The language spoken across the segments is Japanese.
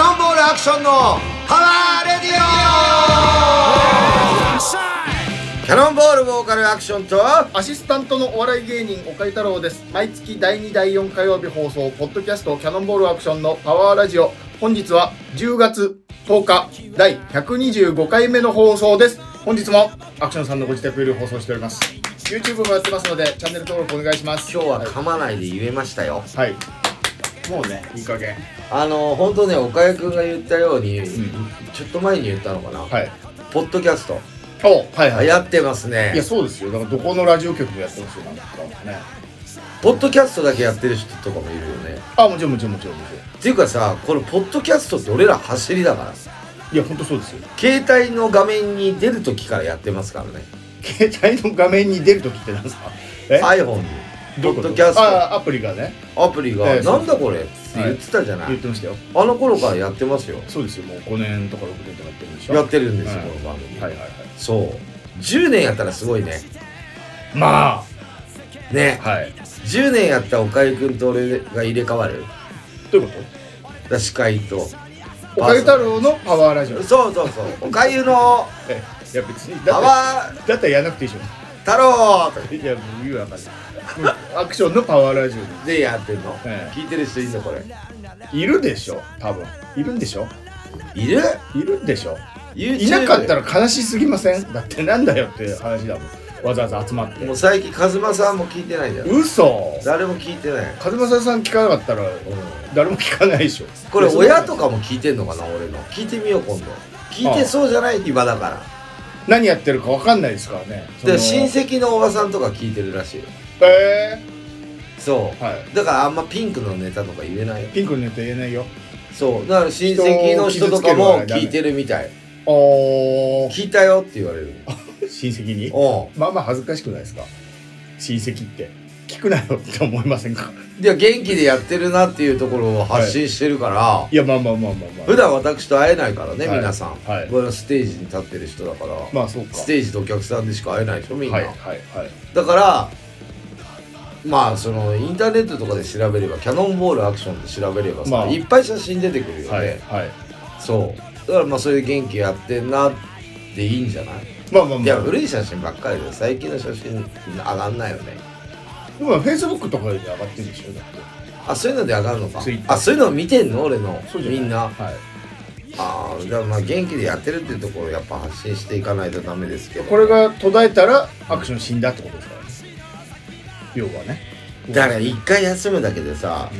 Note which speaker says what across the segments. Speaker 1: ションのパワーレディオキャノンボールボーカルアクションと
Speaker 2: アシスタントのお笑い芸人岡井太郎です毎月第2第4火曜日放送ポッドキャストキャノンボールアクションのパワーラジオ本日は10月10日第125回目の放送です本日もアクションさんのご自宅より放送しております YouTube もやってますのでチャンネル登録お願いします
Speaker 1: 今日は噛まないで言えましたよ
Speaker 2: はいもうねいい加減
Speaker 1: あの本当ね岡谷君が言ったように、ちょっと前に言ったのかな、
Speaker 2: はい
Speaker 1: ポッドキャスト、
Speaker 2: おはいはい
Speaker 1: やってます
Speaker 2: いや
Speaker 1: ね
Speaker 2: そうですよだからどこのラジオ局もやってますよなんかね
Speaker 1: ポッドキャストだけやってる人とかもいるよね
Speaker 2: あもちろんもちろんもちろんもちろん
Speaker 1: っていうかさこのポッドキャストって俺ら走りだから
Speaker 2: いや本当そうですよ
Speaker 1: 携帯の画面に出る時からやってますからね
Speaker 2: 携帯の画面に出るときってなんですかえ
Speaker 1: iPhone に
Speaker 2: どういうこ
Speaker 1: ポッ
Speaker 2: と
Speaker 1: ドキャスト
Speaker 2: あアプリがね
Speaker 1: アプリが
Speaker 2: え
Speaker 1: 「
Speaker 2: え
Speaker 1: なんだこれ」って言ってたじゃない、
Speaker 2: 言ってましたよ
Speaker 1: あの頃からやってますよ
Speaker 2: そうですよもう5年とか6年とかやってるんでしょ
Speaker 1: やってるんですよ、
Speaker 2: はい
Speaker 1: この番組、
Speaker 2: はいはいはい
Speaker 1: そう10年やったらすごいね
Speaker 2: ま
Speaker 1: ね
Speaker 2: あはい
Speaker 1: 10年やった岡井君と俺が入れ替わる
Speaker 2: どういうこ
Speaker 1: だから司会と
Speaker 2: とおかげ太郎のパワーラジオ
Speaker 1: そうそうそうおかゆの
Speaker 2: えいや別に
Speaker 1: 「パ
Speaker 2: だっ
Speaker 1: ワー
Speaker 2: てだったらやらなくていいでし
Speaker 1: 太郎」とか
Speaker 2: ょいやもう意味わかんないもうアクションのパワーラジオ
Speaker 1: でやってんの、
Speaker 2: ええ
Speaker 1: 聞いてる人いるのこれ
Speaker 2: いるでしょ多分いるんでしょ
Speaker 1: いる
Speaker 2: いるんでしょ
Speaker 1: YouTube
Speaker 2: いなかったら悲しすぎませんだってなんだよって話だもんわざわざ集まって
Speaker 1: もう最近和正さんも聞いてないじゃん
Speaker 2: 嘘
Speaker 1: 誰も聞いてない、
Speaker 2: 風間さん聞かなかったら
Speaker 1: うん
Speaker 2: 誰も聞かないでしょ
Speaker 1: これ親と
Speaker 2: か
Speaker 1: かも聞いてんのかな俺の聞いてみよう今度聞いてそうじゃない今だから
Speaker 2: 何やってるかわかんないですからねその
Speaker 1: で親戚のおばさんとか聞いてるらしいよ
Speaker 2: え
Speaker 1: そ
Speaker 2: ー、はいう
Speaker 1: だからあんまピンクのネタとか言えないよ
Speaker 2: ピンクのネタ言えないよ
Speaker 1: そうだから親戚の人とかも聞いてるみたい
Speaker 2: お
Speaker 1: 聞いたよって言われる
Speaker 2: 親戚に
Speaker 1: う
Speaker 2: まあまあ恥ずかしくないですか親戚って聞くなよって思いませんか
Speaker 1: んで元気でやってるなっていうところを発信してるから、
Speaker 2: いやまあまあまあまあまあ
Speaker 1: 普段私と会えないからね、
Speaker 2: はい
Speaker 1: 皆さん、
Speaker 2: はい
Speaker 1: これはステージに立ってる人だから、
Speaker 2: まあそうか
Speaker 1: ステージとお客さんでしか会えないでしょみんな、
Speaker 2: はいはいはい
Speaker 1: だからまあそのインターネットとかで調べればキャノンボールアクションで調べればさ、
Speaker 2: まあ
Speaker 1: いっぱい写真出てくるよね、
Speaker 2: はいはい
Speaker 1: そうだからまあそういう元気やってんなっていいんじゃない、
Speaker 2: まあまあまあ
Speaker 1: い
Speaker 2: で
Speaker 1: や
Speaker 2: も
Speaker 1: 古い写真ばっかりで最近の写真上がんないよね
Speaker 2: フェイスブックとかで上がってるでしょだって
Speaker 1: あそういうので上がるのか
Speaker 2: ツイッター
Speaker 1: あそういうの見てんの俺の
Speaker 2: そうじゃ
Speaker 1: み
Speaker 2: い
Speaker 1: んな
Speaker 2: はい
Speaker 1: ああじゃあまあ元気でやってるっていうところをやっぱ発信していかないとダメですけど
Speaker 2: これが途絶えたらアクション死んだってことですからね要はね
Speaker 1: だから一回休むだけでさ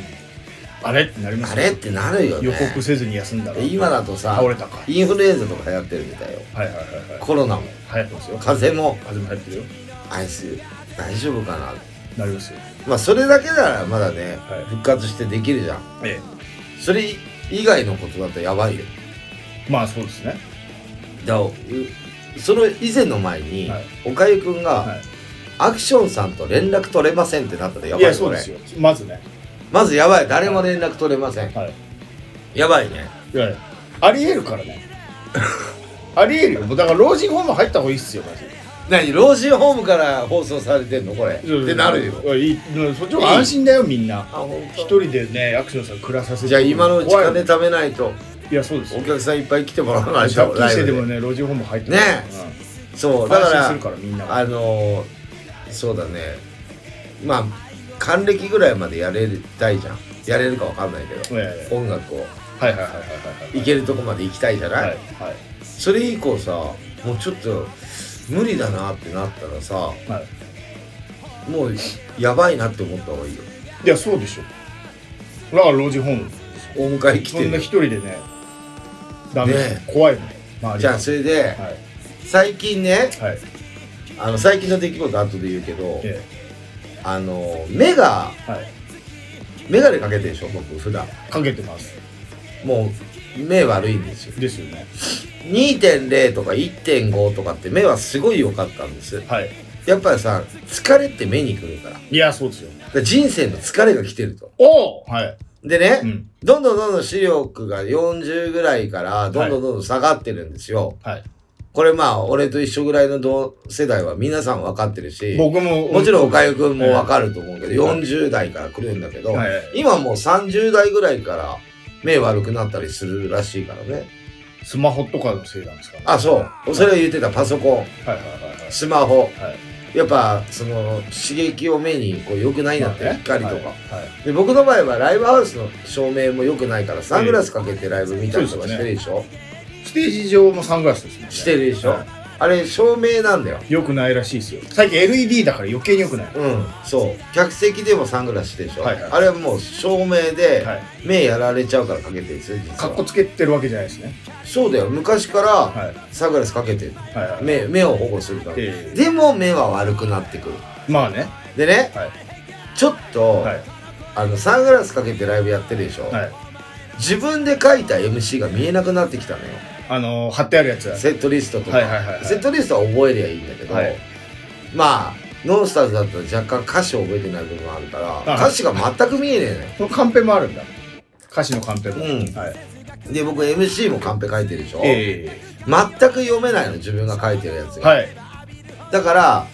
Speaker 2: あれってなります
Speaker 1: あ
Speaker 2: よ
Speaker 1: れってなるよね
Speaker 2: 予告せずに休んだら
Speaker 1: 今だとさ
Speaker 2: 倒れたか
Speaker 1: インフルエンザとか流行ってるみたいよ
Speaker 2: はいはいはいはい
Speaker 1: コロナも
Speaker 2: 流行ってますよ
Speaker 1: 風邪も
Speaker 2: 風も入ってるよ
Speaker 1: あいつ大丈夫かな
Speaker 2: なりますよ
Speaker 1: まあそれだけならまだね、
Speaker 2: はい
Speaker 1: 復活してできるじゃん
Speaker 2: え
Speaker 1: それ以外のことだとやばいよ
Speaker 2: えまあそうですね
Speaker 1: だからうその以前の前に、
Speaker 2: はい
Speaker 1: おかゆくんが、
Speaker 2: はい
Speaker 1: アクションさんと連絡取れませんってなったらやば
Speaker 2: い
Speaker 1: いよ
Speaker 2: やそうです
Speaker 1: これ
Speaker 2: よまずね
Speaker 1: まずやばい誰も連絡取れません、
Speaker 2: はい
Speaker 1: やばいね
Speaker 2: いやありえるから ねありえるよもうだから老人ホーム入った方がいいっすよマジで
Speaker 1: 何老人ホームから放送されてんのこれってなるよ
Speaker 2: いいうんそっちの方が安心だよみんな
Speaker 1: あ本
Speaker 2: 一人でねアクションさん暮らさせて
Speaker 1: じゃあ今のうち
Speaker 2: 怖い
Speaker 1: 金貯めないと
Speaker 2: いやそうです
Speaker 1: お
Speaker 2: よ
Speaker 1: 客さんいっぱい来てもらわない
Speaker 2: 借
Speaker 1: と
Speaker 2: 金してで
Speaker 1: ライ
Speaker 2: も
Speaker 1: ブで
Speaker 2: ね老人ホーム入って
Speaker 1: ね
Speaker 2: うん
Speaker 1: そうだか
Speaker 2: 安心する
Speaker 1: ら
Speaker 2: からみんなは
Speaker 1: あのーそうだねまあ還暦ぐらいまでやれたいじゃんやれるかわかんないけど
Speaker 2: ええ
Speaker 1: 音楽を
Speaker 2: はいはいはいはい
Speaker 1: いけるとこまで行きたいじゃ
Speaker 2: は
Speaker 1: ないい、
Speaker 2: はいはい
Speaker 1: それ以降さもうちょっと無理だなってなったらさ
Speaker 2: はい
Speaker 1: もうやばいなって思った方がいいよ
Speaker 2: いやそうでしょだから老人ホーム
Speaker 1: お迎え来
Speaker 2: そ
Speaker 1: て
Speaker 2: んな
Speaker 1: る
Speaker 2: 一人でねダメ、
Speaker 1: ね
Speaker 2: 怖いもん周り
Speaker 1: じゃあそれで
Speaker 2: はい
Speaker 1: 最近ね
Speaker 2: はい
Speaker 1: あの最近の出来事後で言うけど
Speaker 2: え
Speaker 1: あの目が
Speaker 2: えはい
Speaker 1: 眼鏡かけてるでしょ僕普段
Speaker 2: かけてます
Speaker 1: もう目悪いんですよ
Speaker 2: ですよね
Speaker 1: 2.0とか1.5とかって目はすごい良かったんです
Speaker 2: はい
Speaker 1: やっぱりさ疲れって目に来るからだか
Speaker 2: いやそうですよ
Speaker 1: ら人生の疲れが来てると
Speaker 2: おおはい、
Speaker 1: でね、
Speaker 2: うん、
Speaker 1: どんどんどんどん視力が40ぐらいからどんどんどんどん下がってるんですよ、
Speaker 2: はい
Speaker 1: これまあ俺と一緒ぐらいの同世代は皆さん分かってるし
Speaker 2: 僕も
Speaker 1: もちろんおかゆくんも
Speaker 2: わ
Speaker 1: 分かると思うけど、40代から来るんだけど、
Speaker 2: はい
Speaker 1: 今もう30代ぐらいから目悪くなったりするらしいからね
Speaker 2: スマホとかのせいなんですかね。
Speaker 1: あそうそれを言ってたパソコン
Speaker 2: はいはいはいはい。
Speaker 1: スマホ、
Speaker 2: は
Speaker 1: やっぱその刺激を目にこう良くないなって、
Speaker 2: まあね
Speaker 1: 光とか、
Speaker 2: はいはい
Speaker 1: で僕の場合はライブハウスの照明も良くないからサングラスかけてライブ見たりとかしてるでしょ、
Speaker 2: ステージ上もサングラスですもんね。
Speaker 1: してるでしょ、
Speaker 2: は
Speaker 1: あれ照明なんだよ
Speaker 2: い。よくないらしいですよ。最近 LED だから余計によくない。
Speaker 1: うんそう客席でもサングラスしてるでしょ、
Speaker 2: はいはい
Speaker 1: あれはもう照明で
Speaker 2: はい
Speaker 1: 目やられちゃうからかけてるんですよ実は
Speaker 2: かっこつけてるわけじゃないですね。
Speaker 1: そうだよ昔か
Speaker 2: はい
Speaker 1: らサングラスかけてる、
Speaker 2: はいはい。
Speaker 1: 目目を保護するため、
Speaker 2: え
Speaker 1: でも目は悪くなってくる
Speaker 2: えまあね。
Speaker 1: でね
Speaker 2: はい。
Speaker 1: ちょっと、
Speaker 2: はい。
Speaker 1: あのサングラスかけてライブやってるでしょ、
Speaker 2: はい。
Speaker 1: 自分で書いた MC が見えなくなってきたのよ
Speaker 2: あのー、貼ってあるやつ。
Speaker 1: セットリストとか、
Speaker 2: はいはいはいはい
Speaker 1: セットリストは覚えりゃいいんだけど、
Speaker 2: はい
Speaker 1: まあノンスターズだったら若干歌詞を覚えてない部分があるから、
Speaker 2: はい
Speaker 1: 歌詞が全く見えねえのよ
Speaker 2: そのカンペもあるんだ。歌詞のカンペも。
Speaker 1: うん
Speaker 2: はい。
Speaker 1: で僕 MC もカンペ書いてるでしょ、
Speaker 2: え
Speaker 1: 全く読めないの自分が書いてるやつ
Speaker 2: え
Speaker 1: が、
Speaker 2: はい。
Speaker 1: だから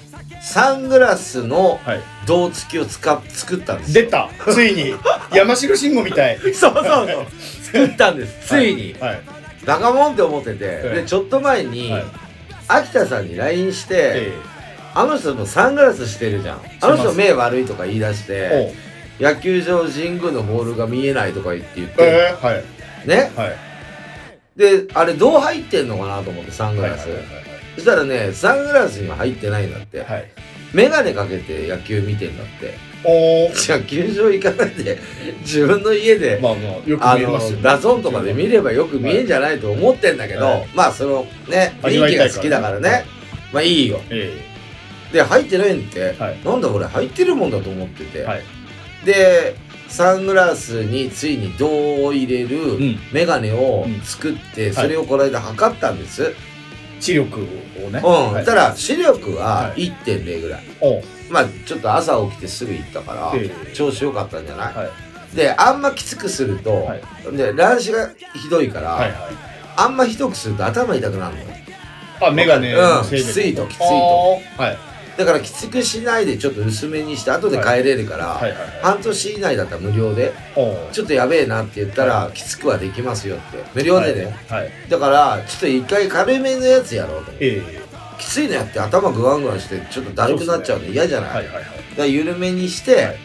Speaker 1: サングラスの
Speaker 2: はい。
Speaker 1: 胴付きを使っ作ったんですよ
Speaker 2: 出たつい に山城慎吾みたい。
Speaker 1: そうそうそう 作ったんですついに、
Speaker 2: はい。
Speaker 1: 仲間もんって思ってて、
Speaker 2: はい
Speaker 1: でちょっと前に、
Speaker 2: はい
Speaker 1: 秋田さんに LINE して、
Speaker 2: え
Speaker 1: あの人もサングラスしてるじゃん。
Speaker 2: す
Speaker 1: あの人目悪いとか言い出し
Speaker 2: え
Speaker 1: て、野球場神宮のボールが見えないとか言って言っ
Speaker 2: おう
Speaker 1: て、
Speaker 2: ええはい。
Speaker 1: ね。
Speaker 2: はい。
Speaker 1: で、あれどう入ってんのかなと思って、サング
Speaker 2: はい
Speaker 1: ラ
Speaker 2: はい
Speaker 1: ス。
Speaker 2: はい
Speaker 1: そしたらね、サングラスには入ってないんだって。
Speaker 2: はい。はい。
Speaker 1: メガネかけて野球見てんだって。
Speaker 2: おー。
Speaker 1: 野球場行かないで、 自分の家で、
Speaker 2: まあまあ、よく見
Speaker 1: あ
Speaker 2: え
Speaker 1: の
Speaker 2: ますよ、ね。
Speaker 1: ダゾーンとかで見ればよく見えんじゃないと思ってんだけど、
Speaker 2: はい
Speaker 1: まあそのね、
Speaker 2: 味
Speaker 1: 雰
Speaker 2: わ
Speaker 1: 囲
Speaker 2: い
Speaker 1: 気が
Speaker 2: たいからね
Speaker 1: 好きだからね、まあいいよ。
Speaker 2: え
Speaker 1: で、入ってないんって、
Speaker 2: はい
Speaker 1: なんだ俺入ってるもんだと思ってて、
Speaker 2: えはい。
Speaker 1: でサングラスについに銅を入れ
Speaker 2: う
Speaker 1: る
Speaker 2: ん。
Speaker 1: メガネを
Speaker 2: うん
Speaker 1: 作って、
Speaker 2: い
Speaker 1: それをこの間測ったんです、
Speaker 2: 知力をね。
Speaker 1: うん、
Speaker 2: はい
Speaker 1: たら視力は
Speaker 2: はい
Speaker 1: 1.0ぐらい、
Speaker 2: おう
Speaker 1: まあちょっと朝起きてすぐ行ったから、
Speaker 2: ええ
Speaker 1: 調子良かったんじゃない、
Speaker 2: は
Speaker 1: であんまきつくすると、
Speaker 2: はい
Speaker 1: で乱視がひどいから、
Speaker 2: はいはい。
Speaker 1: あんまひどくすると頭痛くなるのよ
Speaker 2: あ、メガネの
Speaker 1: うん
Speaker 2: せいで。
Speaker 1: きついときついと
Speaker 2: あーはい。
Speaker 1: だからきつくしないでちょっと薄めにして後で帰れるから、
Speaker 2: はいはいはい。
Speaker 1: 半年以内だったら無料で
Speaker 2: おう
Speaker 1: ちょっとやべえなって言ったら、きつくはできますよって無料でね、
Speaker 2: はい。はい
Speaker 1: だからちょっと一回軽めのやつやろうと思って
Speaker 2: え
Speaker 1: きついのやって頭グワングワンしてちょっとだるくなっちゃうの嫌じゃ
Speaker 2: え
Speaker 1: ない、
Speaker 2: はいはいはい。
Speaker 1: だから緩めにして、
Speaker 2: はい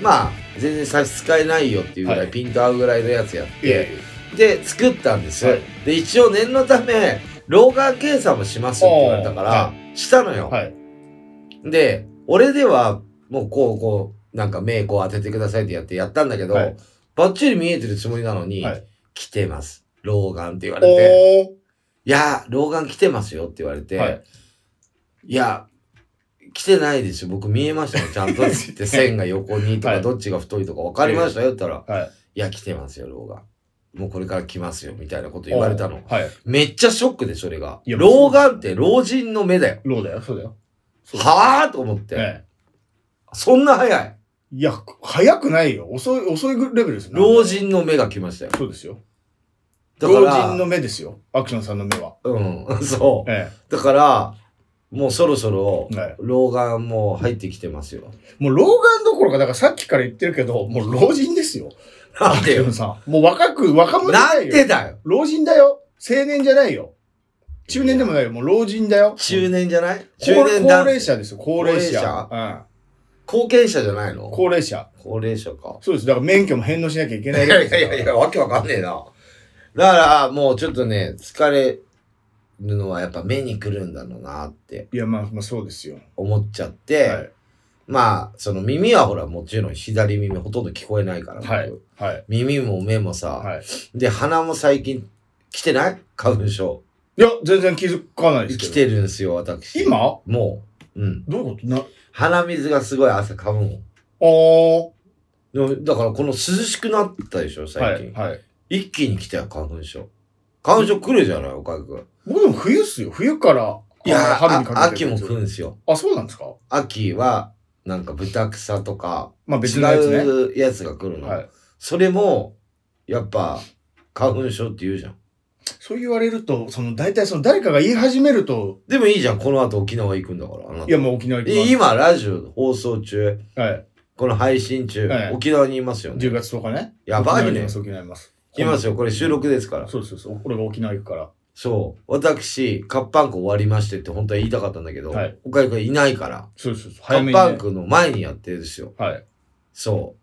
Speaker 1: まあ全然差し支えないよっていうぐらい、
Speaker 2: はい
Speaker 1: ピント合うぐらいのやつやって、
Speaker 2: え
Speaker 1: で作ったんです、
Speaker 2: はい
Speaker 1: で一応念のため老眼検査もしますって言われたから、
Speaker 2: おー
Speaker 1: したの
Speaker 2: え
Speaker 1: よ、
Speaker 2: はい。
Speaker 1: で俺ではもうこうこうなんか目こう当ててくださいってやってやったんだけど、
Speaker 2: はい
Speaker 1: バッチリ見えてるつもりなのに、
Speaker 2: はい
Speaker 1: 来てます老眼って言われて。
Speaker 2: おお
Speaker 1: いや、老眼来てますよって言われて、
Speaker 2: はい
Speaker 1: い、や、来てないですよ。僕見えましたよ、ちゃんとって言って、 線が横にと
Speaker 2: は
Speaker 1: か、
Speaker 2: い
Speaker 1: どっちが太いとか分かりましたよって言ったら、
Speaker 2: はい。
Speaker 1: いや、来てますよ、老眼。もうこれから来ますよ、みたいなこと言われたの。
Speaker 2: はい。
Speaker 1: めっちゃショックで、それが。
Speaker 2: いや
Speaker 1: 老眼って老人の目だよ。
Speaker 2: ローだよ、そうだよ。そう
Speaker 1: はぁと思って、
Speaker 2: ええ
Speaker 1: そんな早い。
Speaker 2: いや、早くないよ。遅い、遅いレベルですよ
Speaker 1: 老。人の目が来ましたよ。
Speaker 2: そうですよ。
Speaker 1: だから、
Speaker 2: 老人の目ですよ。アクションさんの目は。
Speaker 1: うん、 そ
Speaker 2: え
Speaker 1: う。だから、もうそろそろ
Speaker 2: え。、はい。
Speaker 1: 老眼も入ってきてますよ。
Speaker 2: もう老眼どころか、だからさっきから言ってるけど、もう老人ですよ。
Speaker 1: なんで
Speaker 2: ア
Speaker 1: よ
Speaker 2: クション。さん。もう若く、若者じゃ
Speaker 1: な
Speaker 2: なんいよ。
Speaker 1: でだよ
Speaker 2: 老人だよ。青年じゃないよ。中年でもないよ。もう老人だよ。
Speaker 1: 中年じゃない
Speaker 2: 高
Speaker 1: 中年
Speaker 2: 高
Speaker 1: だ
Speaker 2: 齢者ですよ、高齢者。
Speaker 1: 高
Speaker 2: うん
Speaker 1: 後継者じゃないの
Speaker 2: 高齢者。
Speaker 1: 高齢者か。
Speaker 2: そうです。だから免許も返納しなきゃいけ
Speaker 1: い
Speaker 2: な
Speaker 1: や
Speaker 2: い
Speaker 1: い
Speaker 2: レベ
Speaker 1: や
Speaker 2: ル
Speaker 1: い
Speaker 2: で
Speaker 1: や
Speaker 2: すから
Speaker 1: いや、わけわかんねえな。だから、もうちょっとね、疲れるのはやっぱ目にくるんだろうなって
Speaker 2: いや、まあ、まあ、そうですよ。
Speaker 1: 思っちゃって、
Speaker 2: はい。
Speaker 1: まあ、その耳はほら、もちろん左耳ほとんど聞こえないから、
Speaker 2: はい
Speaker 1: 僕。
Speaker 2: はい。
Speaker 1: 耳も目もさ、
Speaker 2: はい。
Speaker 1: で、鼻も最近来てない花粉症。
Speaker 2: いや、全然気づかないで
Speaker 1: 来
Speaker 2: すけど。
Speaker 1: てるんですよ、私。
Speaker 2: 今
Speaker 1: もう。うん。
Speaker 2: どういうことな、あ
Speaker 1: 鼻水がすごい朝かむもん。
Speaker 2: ー。
Speaker 1: でもだからこの涼しくなったでしょ
Speaker 2: は
Speaker 1: 最
Speaker 2: い。
Speaker 1: 近、
Speaker 2: はい。
Speaker 1: 一気に来たよ花粉症花粉症来るじゃない岡井君
Speaker 2: 僕でも冬っすよ。冬から、
Speaker 1: いや
Speaker 2: あ
Speaker 1: ー
Speaker 2: の春に
Speaker 1: あ
Speaker 2: かけ
Speaker 1: 秋
Speaker 2: てるん
Speaker 1: も
Speaker 2: ですよ
Speaker 1: 来るんですよ
Speaker 2: あ、そうなんですか
Speaker 1: 秋はなんか豚草とか
Speaker 2: まあ、別
Speaker 1: 違
Speaker 2: のやつね。
Speaker 1: うやつが来るの、
Speaker 2: はい。
Speaker 1: それもやっぱ花粉症って言うじゃん
Speaker 2: そう言われると、その、大体その、誰かが言い始めると、
Speaker 1: でもいいじゃんこの後沖縄行くんだからあなた
Speaker 2: いや、もう沖縄行
Speaker 1: で
Speaker 2: き
Speaker 1: 今ラジオ放送中
Speaker 2: ます。はい。
Speaker 1: この配信中、
Speaker 2: はい
Speaker 1: 沖縄にいますよね
Speaker 2: 10月10日ね。
Speaker 1: やばいね
Speaker 2: 沖縄にいます。沖縄にいます。
Speaker 1: いますよ。これ収録ですから。
Speaker 2: そうですそうです俺が沖縄行くから
Speaker 1: そう。私、カッパンク終わりましてって本当は言いたかったんだけど、
Speaker 2: はい
Speaker 1: 岡井くんいないから、
Speaker 2: そうですそうです
Speaker 1: カ
Speaker 2: 早め
Speaker 1: ッ
Speaker 2: に、
Speaker 1: パンクの前にやってるんですよ。
Speaker 2: はい
Speaker 1: そ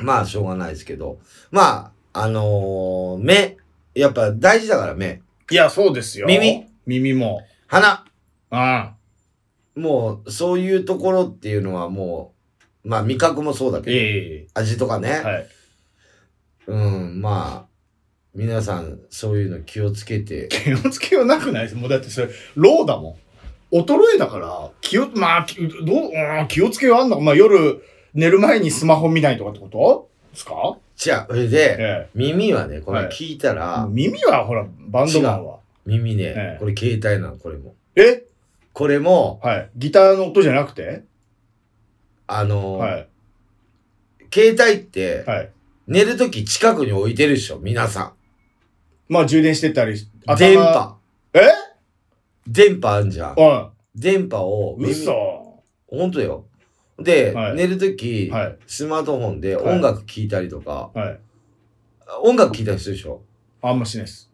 Speaker 1: う。まあ、しょうがないですけど。まあ、あのー目。やっぱ大事だから目。
Speaker 2: いやそうですよ
Speaker 1: 耳
Speaker 2: 耳も
Speaker 1: 鼻。
Speaker 2: ああ
Speaker 1: もう、そういうところっていうのはもう、まあ、味覚もそうだけど、
Speaker 2: え
Speaker 1: 味とかね。
Speaker 2: えはい
Speaker 1: うん、まあ、皆さん、そういうの気をつけて。
Speaker 2: 気をつけようなくないですもうだってそれローだもん衰えだから気をまあきどう、うん、気をつけようあんのかまあ夜寝る前にスマホ見ないとかってことですか
Speaker 1: じゃあ、それで、
Speaker 2: え
Speaker 1: 耳はね、これ
Speaker 2: はい
Speaker 1: 聞いたら、
Speaker 2: え耳はほらバンドマンは
Speaker 1: 耳ね、
Speaker 2: ええ
Speaker 1: これ携帯なの、これも。
Speaker 2: え
Speaker 1: これも、
Speaker 2: はいギターの音じゃなくて
Speaker 1: あのー
Speaker 2: はい
Speaker 1: 携帯って、
Speaker 2: はい
Speaker 1: 寝るとき近くに置いてるでしょ、皆さ
Speaker 2: まあ充電してたり
Speaker 1: ん。電波。
Speaker 2: え
Speaker 1: 電波あんじゃん。
Speaker 2: うん
Speaker 1: 電波を耳、
Speaker 2: 嘘
Speaker 1: ほんとよ。で、
Speaker 2: はい
Speaker 1: 寝るとき、
Speaker 2: はい
Speaker 1: スマートフォンで
Speaker 2: はい
Speaker 1: 音楽聴いたりとか、
Speaker 2: はい
Speaker 1: 音楽聴いたりするでしょ
Speaker 2: あんましないです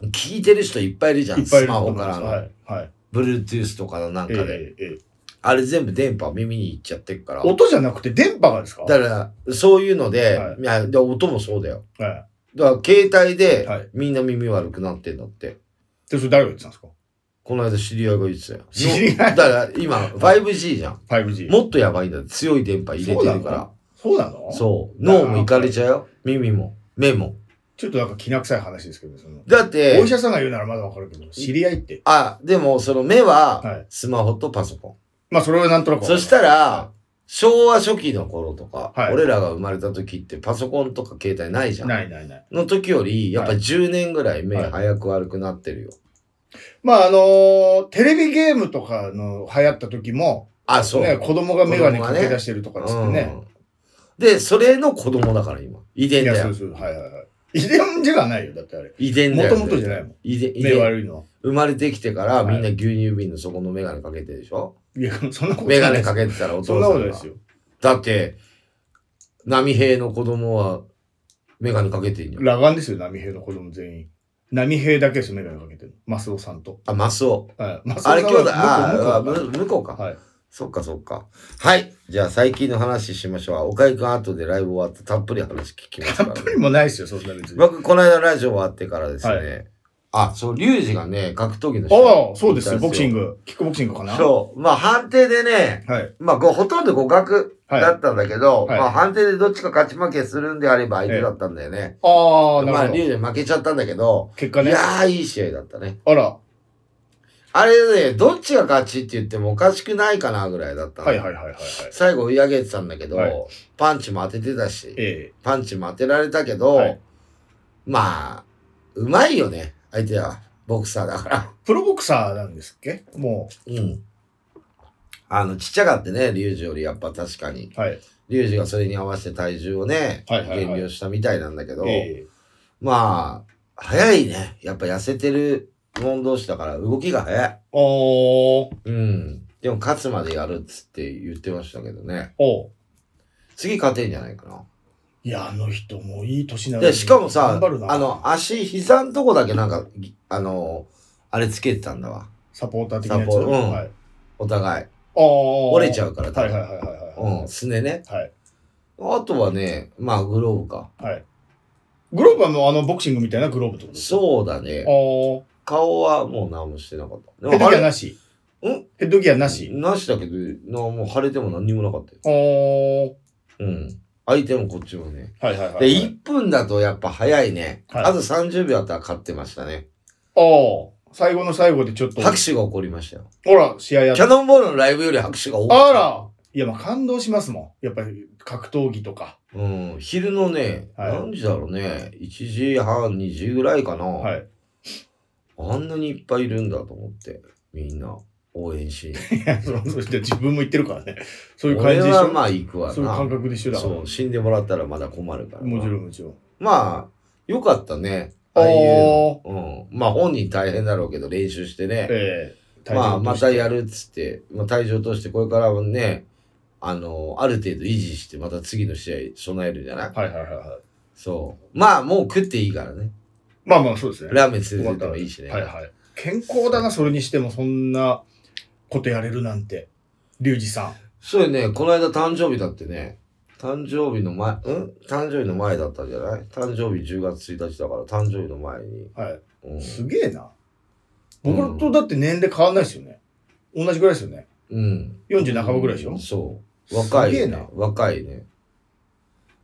Speaker 1: 聴いてる人いっぱいいるじゃん。
Speaker 2: いっぱい
Speaker 1: ス
Speaker 2: いると
Speaker 1: マ
Speaker 2: 思
Speaker 1: ホ
Speaker 2: いま
Speaker 1: から
Speaker 2: す
Speaker 1: の、
Speaker 2: はいはい
Speaker 1: Bluetooth とかのなん
Speaker 2: え
Speaker 1: か
Speaker 2: え
Speaker 1: で。
Speaker 2: えええ
Speaker 1: あれ全部電波耳に行っちゃってるから。
Speaker 2: え音じゃなくて電波がですか
Speaker 1: だから、そういうので、
Speaker 2: はい
Speaker 1: いやで音もそうだよ。
Speaker 2: はい
Speaker 1: だから、携帯で
Speaker 2: はい、
Speaker 1: みんな耳悪くなってんだって。
Speaker 2: でそれ誰が言ってたんですか
Speaker 1: この間知り合いが言ってたよ。
Speaker 2: 知り合い
Speaker 1: だから、今、5G じゃん。
Speaker 2: 5G
Speaker 1: もっとやばいんだよ強い電波入れてるから。
Speaker 2: そうなの
Speaker 1: そう。脳もいかれちゃうよ。耳も、目も。
Speaker 2: ちょっとなんかきな臭い話ですけどね、その。
Speaker 1: だって
Speaker 2: お医、者さんが言うならまだわかるけど、知り合いって。
Speaker 1: あ、でも、その目
Speaker 2: はい
Speaker 1: は、スマホとパソコ
Speaker 2: まあ、それはなんとなく
Speaker 1: ン。
Speaker 2: わかる
Speaker 1: そしたら
Speaker 2: は、
Speaker 1: 昭和初期の頃とか、
Speaker 2: はい
Speaker 1: 俺らが生まれた時ってパソコンとか携帯ないじゃん。
Speaker 2: ないないない。
Speaker 1: の時より、やっぱ
Speaker 2: はい
Speaker 1: 10年ぐらい目
Speaker 2: はい
Speaker 1: 早く悪くなってるよ。
Speaker 2: まあ、あのーテレビゲームとかの流行った時も、
Speaker 1: あ、そう。
Speaker 2: ね、子供がメガネかけ出してるとかです
Speaker 1: うん
Speaker 2: ね。
Speaker 1: で、それの子供だから今。遺
Speaker 2: い
Speaker 1: 伝
Speaker 2: や、
Speaker 1: だ
Speaker 2: そ
Speaker 1: よ
Speaker 2: う。そう、はいはいはい。遺伝じゃないよ、だってあれ。
Speaker 1: 遺伝だ
Speaker 2: も
Speaker 1: よ。
Speaker 2: ともとじゃないもん。
Speaker 1: 遺伝、遺
Speaker 2: 目
Speaker 1: 伝。
Speaker 2: 悪いのは。
Speaker 1: 生まれてきてから
Speaker 2: はい
Speaker 1: みんな牛乳瓶の底のメガネかけてるでしょ
Speaker 2: いや、そんなことない。
Speaker 1: メガネかけてたらお
Speaker 2: そ
Speaker 1: 父
Speaker 2: んな
Speaker 1: さ
Speaker 2: ことなんい
Speaker 1: が
Speaker 2: です。よ。
Speaker 1: だって、波平の子供はメガネかけてんじゃん。
Speaker 2: 裸眼ですよ、波平の子供全員。波平だけですよ、メガネかけてるの。マスオさんと。
Speaker 1: あ、マスオ。
Speaker 2: はい。マスオさん
Speaker 1: あれ兄弟、
Speaker 2: は
Speaker 1: あ
Speaker 2: 向こ
Speaker 1: ー、
Speaker 2: う向こうだか
Speaker 1: あ向こう
Speaker 2: ら
Speaker 1: か。
Speaker 2: はい。
Speaker 1: そっかそっか。はい。じゃあ最近の話しましょう。岡井くん後でライブ終わってたっぷり話聞きますか
Speaker 2: た
Speaker 1: ら
Speaker 2: っ
Speaker 1: ね
Speaker 2: ぷりもないですよ、そんな別に。
Speaker 1: 僕、この間ラジオ終わってからですね。
Speaker 2: は
Speaker 1: あ、そう、リュウジがね、格闘技の
Speaker 2: ああ、そうですよ。ボクシン
Speaker 1: グ。
Speaker 2: グ。キックボクシングかな
Speaker 1: そう。まあ、判定でね、
Speaker 2: はい。
Speaker 1: まあ、ごほとんど互角
Speaker 2: はい。
Speaker 1: だ
Speaker 2: あ
Speaker 1: ったんだけど、
Speaker 2: はい
Speaker 1: まあ、判定でどっちか勝ち負けするんであれば相手だったんだよね。
Speaker 2: あ、
Speaker 1: ま
Speaker 2: な
Speaker 1: あ、
Speaker 2: るほ
Speaker 1: リュ
Speaker 2: ど。
Speaker 1: ウジ負けちゃったんだけど、
Speaker 2: 結果
Speaker 1: い
Speaker 2: ね。
Speaker 1: やー、いい試合だったね。
Speaker 2: あら。
Speaker 1: あれね、どっちが勝ちって言ってもおかしくないかなぐらいだったの
Speaker 2: はいはいはいはいはい。
Speaker 1: 最後追い上げてたんだけど、
Speaker 2: はい
Speaker 1: パンチも当ててたし、
Speaker 2: え
Speaker 1: パンチも当てられたけど、
Speaker 2: はい
Speaker 1: まあ、うまいよね、相手は。ボクサーだから
Speaker 2: え。。プロボクサーなんですっけも
Speaker 1: うん。あの、ちっちゃかってね、リュウジよりやっぱ確かに。
Speaker 2: う。はい。
Speaker 1: リュウジがそれに合わせて体重をね、
Speaker 2: はいはいはい
Speaker 1: 減量したみたいなんだけど、
Speaker 2: ええ。
Speaker 1: まあ、早いね。やっぱ痩せてる運動士だから動きが早い。
Speaker 2: おー。
Speaker 1: うん。でも勝つまでやるっつって言ってましたけどね。
Speaker 2: おう
Speaker 1: 次勝てんじゃないかな。
Speaker 2: いや、あの人もういい年なの
Speaker 1: で、
Speaker 2: に。
Speaker 1: しかもさ、
Speaker 2: 頑張るな
Speaker 1: あの、足、膝のとこだけなんか、ぎあの、あれつけてたんだわ。
Speaker 2: サポーター的なや
Speaker 1: サ
Speaker 2: つ。
Speaker 1: ポうん
Speaker 2: はい。
Speaker 1: お互い。
Speaker 2: ああ。
Speaker 1: 折れち
Speaker 2: ゃ
Speaker 1: ゃうから、
Speaker 2: はいはいはいはい
Speaker 1: うん、すねね。
Speaker 2: はい。は
Speaker 1: あ
Speaker 2: い。
Speaker 1: とはね、まあ、グローブか。
Speaker 2: はい。グローブはもうあのボクシングみたいなグローブってことですか
Speaker 1: そうだね。
Speaker 2: おー。
Speaker 1: 顔はもう何もしてなかった。
Speaker 2: ヘ
Speaker 1: でも
Speaker 2: ッド
Speaker 1: あ
Speaker 2: ギア
Speaker 1: れ
Speaker 2: なし。
Speaker 1: うん
Speaker 2: ヘッドギアなし。
Speaker 1: なしだけど、なもう腫れても何にもなかったよ。
Speaker 2: おー。
Speaker 1: うん。相手もこっちもね。
Speaker 2: はいはいはいはい。
Speaker 1: で、1分だとやっぱ早いね。
Speaker 2: はい
Speaker 1: あと30秒あったら勝ってましたね。
Speaker 2: ああ、最後の最後でちょっと、
Speaker 1: 拍手が起こりましたよ。
Speaker 2: ほら、試合やっ
Speaker 1: キ
Speaker 2: た。
Speaker 1: ャノンボールのライブより拍手が多か
Speaker 2: あ
Speaker 1: った。
Speaker 2: らいや、まあ感動しますもん。やっぱり格闘技とか。
Speaker 1: うん。昼のね、
Speaker 2: はい
Speaker 1: 何時だろうね。1時半、2時ぐらいかな。
Speaker 2: はい。
Speaker 1: あんなにいっぱいいるんだと思って、みんな応援しに。
Speaker 2: いやそそして自分も言ってるからね。そういう感
Speaker 1: 俺
Speaker 2: じでし
Speaker 1: は
Speaker 2: ょ。
Speaker 1: まあ行くわな。
Speaker 2: そういう感覚で一緒だから。
Speaker 1: そう、死んでもらったらまだ困るからな。
Speaker 2: もちろんもちろん。
Speaker 1: まあ、よかったね。
Speaker 2: あ
Speaker 1: あ
Speaker 2: ー
Speaker 1: あいうの。うん。まあ本人大変だろうけど、練習してね。
Speaker 2: ええ
Speaker 1: まあまたや
Speaker 2: る。
Speaker 1: るっつって、まあ体重落としてこれからもね、あの、ある程度維持してまた次の試合備えるじゃない
Speaker 2: はいはいはいはい。
Speaker 1: そう。まあ、もう食っていいからね。
Speaker 2: まあまあ、そうですね。
Speaker 1: ラーメン連れてってもいいしね。
Speaker 2: はいはい。健康だな、それにしても、そんなことやれるなんて。リュウジさん。
Speaker 1: そうよね、この間誕生日だってね。誕生日の前、うん誕生日の前だったんじゃない誕生日10月1日だから、誕生日の前に。
Speaker 2: はい。
Speaker 1: うん。
Speaker 2: すげえな。僕とだって年齢変わんないですよね。同じぐらいですよね。
Speaker 1: うん。
Speaker 2: 40半ばぐらいでしょ
Speaker 1: そう。若い、
Speaker 2: すげえ
Speaker 1: ね。
Speaker 2: な
Speaker 1: 若いね。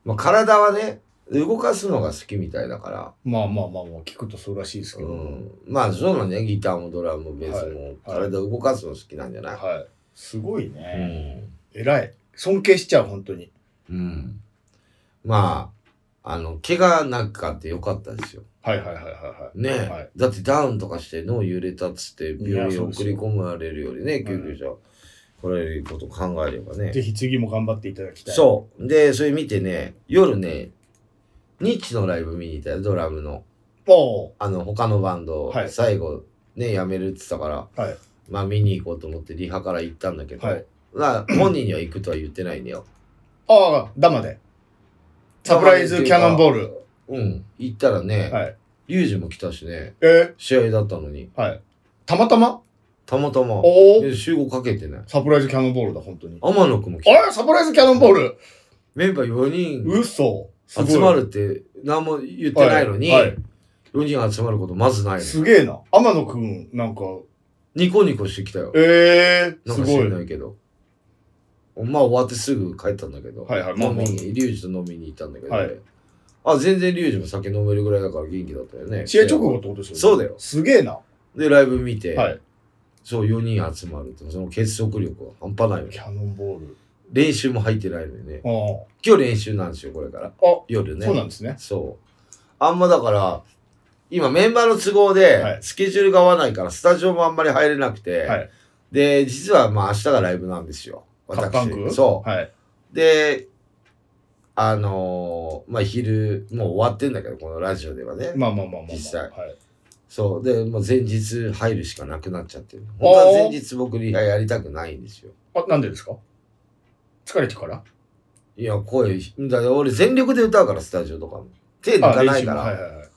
Speaker 1: まあ、体はね、動かすのが好きみたいだから。
Speaker 2: まあまあまあまあ、聞くとそうらしいですけ
Speaker 1: う
Speaker 2: ど。
Speaker 1: ん。まあ、そうなんね。ギターもドラムもベースも、
Speaker 2: はいはい
Speaker 1: 体動かすの好きなんじゃない、
Speaker 2: はい。すごいね。
Speaker 1: うん。
Speaker 2: 偉い。尊敬しちゃう、本当に。
Speaker 1: うん。まあ、あの、怪我なくかってよかったですよ。
Speaker 2: はいはいはいはいはい。
Speaker 1: ねえ、
Speaker 2: はい
Speaker 1: だってダウンとかして脳揺れたっつって
Speaker 2: いや
Speaker 1: 病院
Speaker 2: そうです
Speaker 1: 送
Speaker 2: よ
Speaker 1: り込まれるよりね、救急車来られることを考えればね。
Speaker 2: ぜひ次も頑張っていただきたい。う。
Speaker 1: そう。で、それ見てね、夜ね、ニッチのライブ見に行ったよ、ドラムの。
Speaker 2: お
Speaker 1: あの、他のバンド、
Speaker 2: はい
Speaker 1: 最後、ね、やめるって言ったから、
Speaker 2: はい
Speaker 1: まあ見に行こうと思ってリハから行ったんだけど、
Speaker 2: はい
Speaker 1: まあ本人には行くとは言ってないんだよ。
Speaker 2: ああ、ダマで。 サプライズキャノンボール。
Speaker 1: うん。行ったらね、
Speaker 2: はい
Speaker 1: リュウジも来たしね、
Speaker 2: え
Speaker 1: 試合だったのに、
Speaker 2: ー、はい。たまたま
Speaker 1: たまたま、
Speaker 2: おお。
Speaker 1: で集合かけてない。
Speaker 2: サプライズキャノンボールだ、本当に。
Speaker 1: 天野くんも来た
Speaker 2: あれサプライズキャノンボール
Speaker 1: メンバー4人
Speaker 2: 嘘すごい
Speaker 1: 集まるって何も言ってないのに、
Speaker 2: はいはい
Speaker 1: 4人集まることまずないの。
Speaker 2: すげえな。天野くん、なんか、
Speaker 1: ニコニコしてきたよ。
Speaker 2: ええー、
Speaker 1: なん
Speaker 2: す
Speaker 1: か
Speaker 2: ご
Speaker 1: 知
Speaker 2: い
Speaker 1: ら。ないけど。まあ終わってすぐ帰ったんだけど、
Speaker 2: はいはいまあ
Speaker 1: 飲
Speaker 2: ま
Speaker 1: み
Speaker 2: あ
Speaker 1: に、リュウジと飲みに行ったんだけど、
Speaker 2: はい
Speaker 1: あ、全然リュウジも酒飲めるぐらいだから元気だったよね。
Speaker 2: 試合直後ってことですよね。
Speaker 1: そうだよ
Speaker 2: すげえな。
Speaker 1: で、ライブ見て、
Speaker 2: はい。
Speaker 1: そう4人集まるって、その結束力は半端ないよ
Speaker 2: キ
Speaker 1: ね。
Speaker 2: ャノンボール。
Speaker 1: 練習も入ってないのにね。
Speaker 2: あ
Speaker 1: 今日練習なんですよ、これから。
Speaker 2: あ
Speaker 1: 夜
Speaker 2: あ、
Speaker 1: ね。
Speaker 2: そうなんですね。
Speaker 1: そう。あんまだから、今メンバーの都合で
Speaker 2: は、い
Speaker 1: スケジュールが合わないから、スタジオもあんまり入れなくて、
Speaker 2: はい
Speaker 1: で、実はまあ明日がライブなんですよ。
Speaker 2: カッパンク
Speaker 1: 私。そ
Speaker 2: はい。
Speaker 1: う。で、あのーまあ昼、もう終わってんだけど、このラジオではね。
Speaker 2: まあまあまあまあ、まあ。
Speaker 1: 実際
Speaker 2: はい。
Speaker 1: そう。で、もう前日入るしかなくなっちゃってる。
Speaker 2: おー
Speaker 1: 本当は前日僕リハやりたくないんですよ。
Speaker 2: あ、なんでですか疲れてから
Speaker 1: いや、声、だから俺全力で歌うから、スタジオとかも。手抜かないから。
Speaker 2: あ練習もはいはいはい。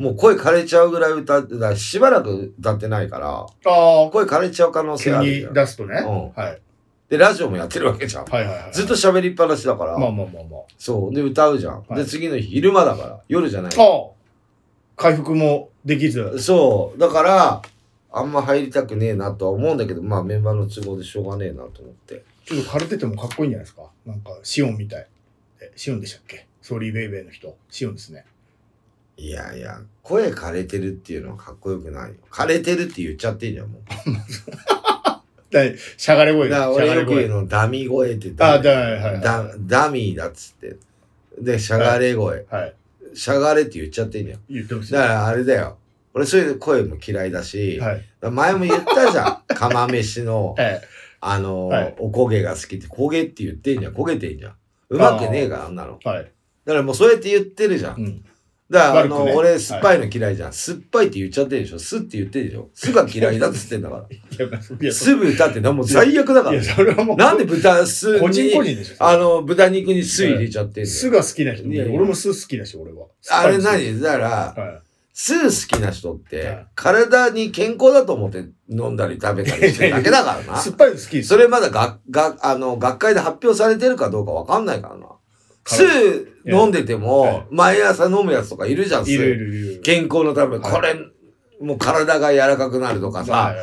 Speaker 1: もう声枯れちゃうぐらい歌って、だからしばらく歌ってないから、
Speaker 2: あ
Speaker 1: 声枯れちゃう可能
Speaker 2: あ、
Speaker 1: 性
Speaker 2: 急
Speaker 1: あるじゃ
Speaker 2: に
Speaker 1: ん。
Speaker 2: 出すとね。
Speaker 1: う
Speaker 2: は
Speaker 1: ん
Speaker 2: い。はい
Speaker 1: で、ラジオもやってるわけじゃん。
Speaker 2: はいはい。
Speaker 1: ずっと、喋りっぱなしだから、
Speaker 2: まあまあまあまあ。
Speaker 1: そう。で、歌うじゃん。
Speaker 2: はい
Speaker 1: で、次の日、昼間だから、夜じゃない。
Speaker 2: ああ、回復もできず。
Speaker 1: そう。だから、あんま入りたくねえなとは思うんだけど、まあメンバーの都合でしょうがねえなと思って。
Speaker 2: ちょっと枯れててもかっこいいんじゃないですかなんか、シオンみたい。えシオンでしたっけソーリーベイベーの人。シオンですね。
Speaker 1: いやいや、声枯れてるっていうのはかっこよくないよ。枯れてるって言っちゃってんじゃん、もう。
Speaker 2: だしゃがれ声
Speaker 1: だから
Speaker 2: しゃ
Speaker 1: 俺
Speaker 2: がれ
Speaker 1: よく言う
Speaker 2: 声。
Speaker 1: の、ダミ声ってダ
Speaker 2: ああ、
Speaker 1: ミ
Speaker 2: だ、はいはい
Speaker 1: ダ
Speaker 2: は
Speaker 1: ダミーだっつって。で、しゃがれ声。
Speaker 2: い。はい。
Speaker 1: しゃがれって言っちゃってんじゃん。
Speaker 2: 言ってます
Speaker 1: だ
Speaker 2: ね。
Speaker 1: からあれだよ。俺そういう声も嫌いだし、
Speaker 2: はい。
Speaker 1: 前も言ったじ ゃん。釜飯の、
Speaker 2: え
Speaker 1: あのー
Speaker 2: はい
Speaker 1: おこげが好きって、焦げって言ってんじゃん。焦げてんじゃん。うまくねえから、あんなの。
Speaker 2: え。はい。
Speaker 1: だからもうそうやって言ってるじゃ。
Speaker 2: うんん。
Speaker 1: だから、あ
Speaker 2: 悪
Speaker 1: の、
Speaker 2: くね
Speaker 1: 俺酸っぱいの嫌いじゃん。酸っぱいって言っちゃってるでしょ。酢って言ってるでしょ。酢が嫌いだって言ってんだか
Speaker 2: いや、まあい
Speaker 1: ら。
Speaker 2: や、
Speaker 1: 酢豚ってなもう最悪だか
Speaker 2: い
Speaker 1: ら
Speaker 2: や。それはもう、
Speaker 1: なんで豚酢
Speaker 2: 個人個
Speaker 1: に、
Speaker 2: 人でしょ。
Speaker 1: あの、豚肉に酢入れちゃってんの
Speaker 2: 酢が好きな人もい
Speaker 1: いや
Speaker 2: る、
Speaker 1: いや
Speaker 2: 俺も酢好きだし、俺は。
Speaker 1: あれ
Speaker 2: 酸っ
Speaker 1: 何だから、
Speaker 2: ぱいのは
Speaker 1: 酢好きな人っ
Speaker 2: は
Speaker 1: て
Speaker 2: い、
Speaker 1: 体に健康だと思って飲んだり食べたりしてるだけだから
Speaker 2: い。
Speaker 1: な。
Speaker 2: 酸っぱいの好きです。
Speaker 1: それまだが、が、あの、学会で発表されてるかどうかわかんないからな。酢飲んでて
Speaker 2: はい
Speaker 1: も、毎朝飲むやつとかいるじゃん、
Speaker 2: いるい
Speaker 1: 酢。
Speaker 2: るいる。
Speaker 1: 健康のため、
Speaker 2: はい
Speaker 1: これ、もう体が柔らかくなるとか
Speaker 2: はい
Speaker 1: さ、
Speaker 2: はい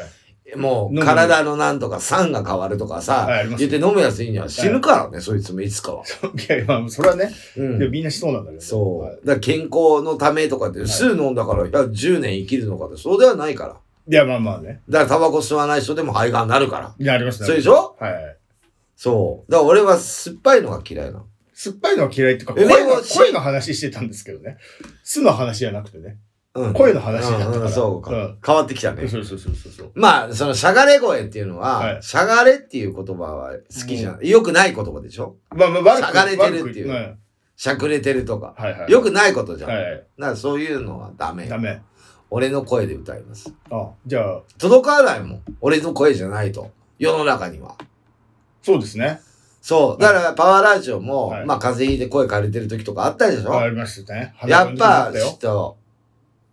Speaker 1: も
Speaker 2: 飲
Speaker 1: う
Speaker 2: む
Speaker 1: 体のなんとか酸が変わるとかさ
Speaker 2: はいありま、す
Speaker 1: 言
Speaker 2: ね
Speaker 1: って飲むやついいには死ぬからね、そいつもいつかは。
Speaker 2: いや、まあ、それはね、
Speaker 1: う
Speaker 2: でも
Speaker 1: ん。
Speaker 2: みんなしそうなんだけど。
Speaker 1: そ。
Speaker 2: はいう
Speaker 1: だから健康のためとかって、
Speaker 2: い
Speaker 1: 酢飲んだから、いや、10年生きるのかって、そうではないから。
Speaker 2: いや、まあまあね。
Speaker 1: だからタバコ吸わない人でも肺がんになるから。
Speaker 2: いや、ありますね。
Speaker 1: そうでしょ
Speaker 2: はい。
Speaker 1: そう。だから俺は酸っぱいのが嫌いなの。
Speaker 2: 酸っぱいのは嫌いっていうか、
Speaker 1: え
Speaker 2: 声
Speaker 1: で
Speaker 2: の
Speaker 1: も
Speaker 2: 声の話してたんですけどね。酢の話じゃなくてね。
Speaker 1: うん。
Speaker 2: 声の話だったから。
Speaker 1: うんうんそうか
Speaker 2: ん
Speaker 1: 変わってきたね。
Speaker 2: そうそうそうそうそう。
Speaker 1: まあ、その、しゃがれ声っていうのは、
Speaker 2: はい
Speaker 1: しゃがれっていう言葉は好きじゃない。良くない言葉でしょ
Speaker 2: まあまあ、悪く
Speaker 1: しゃがれてるっていう
Speaker 2: 悪
Speaker 1: しゃくれてるとか
Speaker 2: く。はいはい。
Speaker 1: 良くないことじゃん。
Speaker 2: はい。
Speaker 1: だからそういうのはダメ。
Speaker 2: ダメ。
Speaker 1: 俺の声で歌います。
Speaker 2: あ、じゃあ、
Speaker 1: 届かないもん。俺の声じゃないと。世の中には。
Speaker 2: そうですね。
Speaker 1: そう。だから、パワーラジオも、
Speaker 2: はい
Speaker 1: まあ、風邪ひいて声枯れてる時とかあったでしょ、
Speaker 2: ありましたね。
Speaker 1: やっぱ、
Speaker 2: 鼻
Speaker 1: ち
Speaker 2: が
Speaker 1: ょ
Speaker 2: 抜
Speaker 1: っと、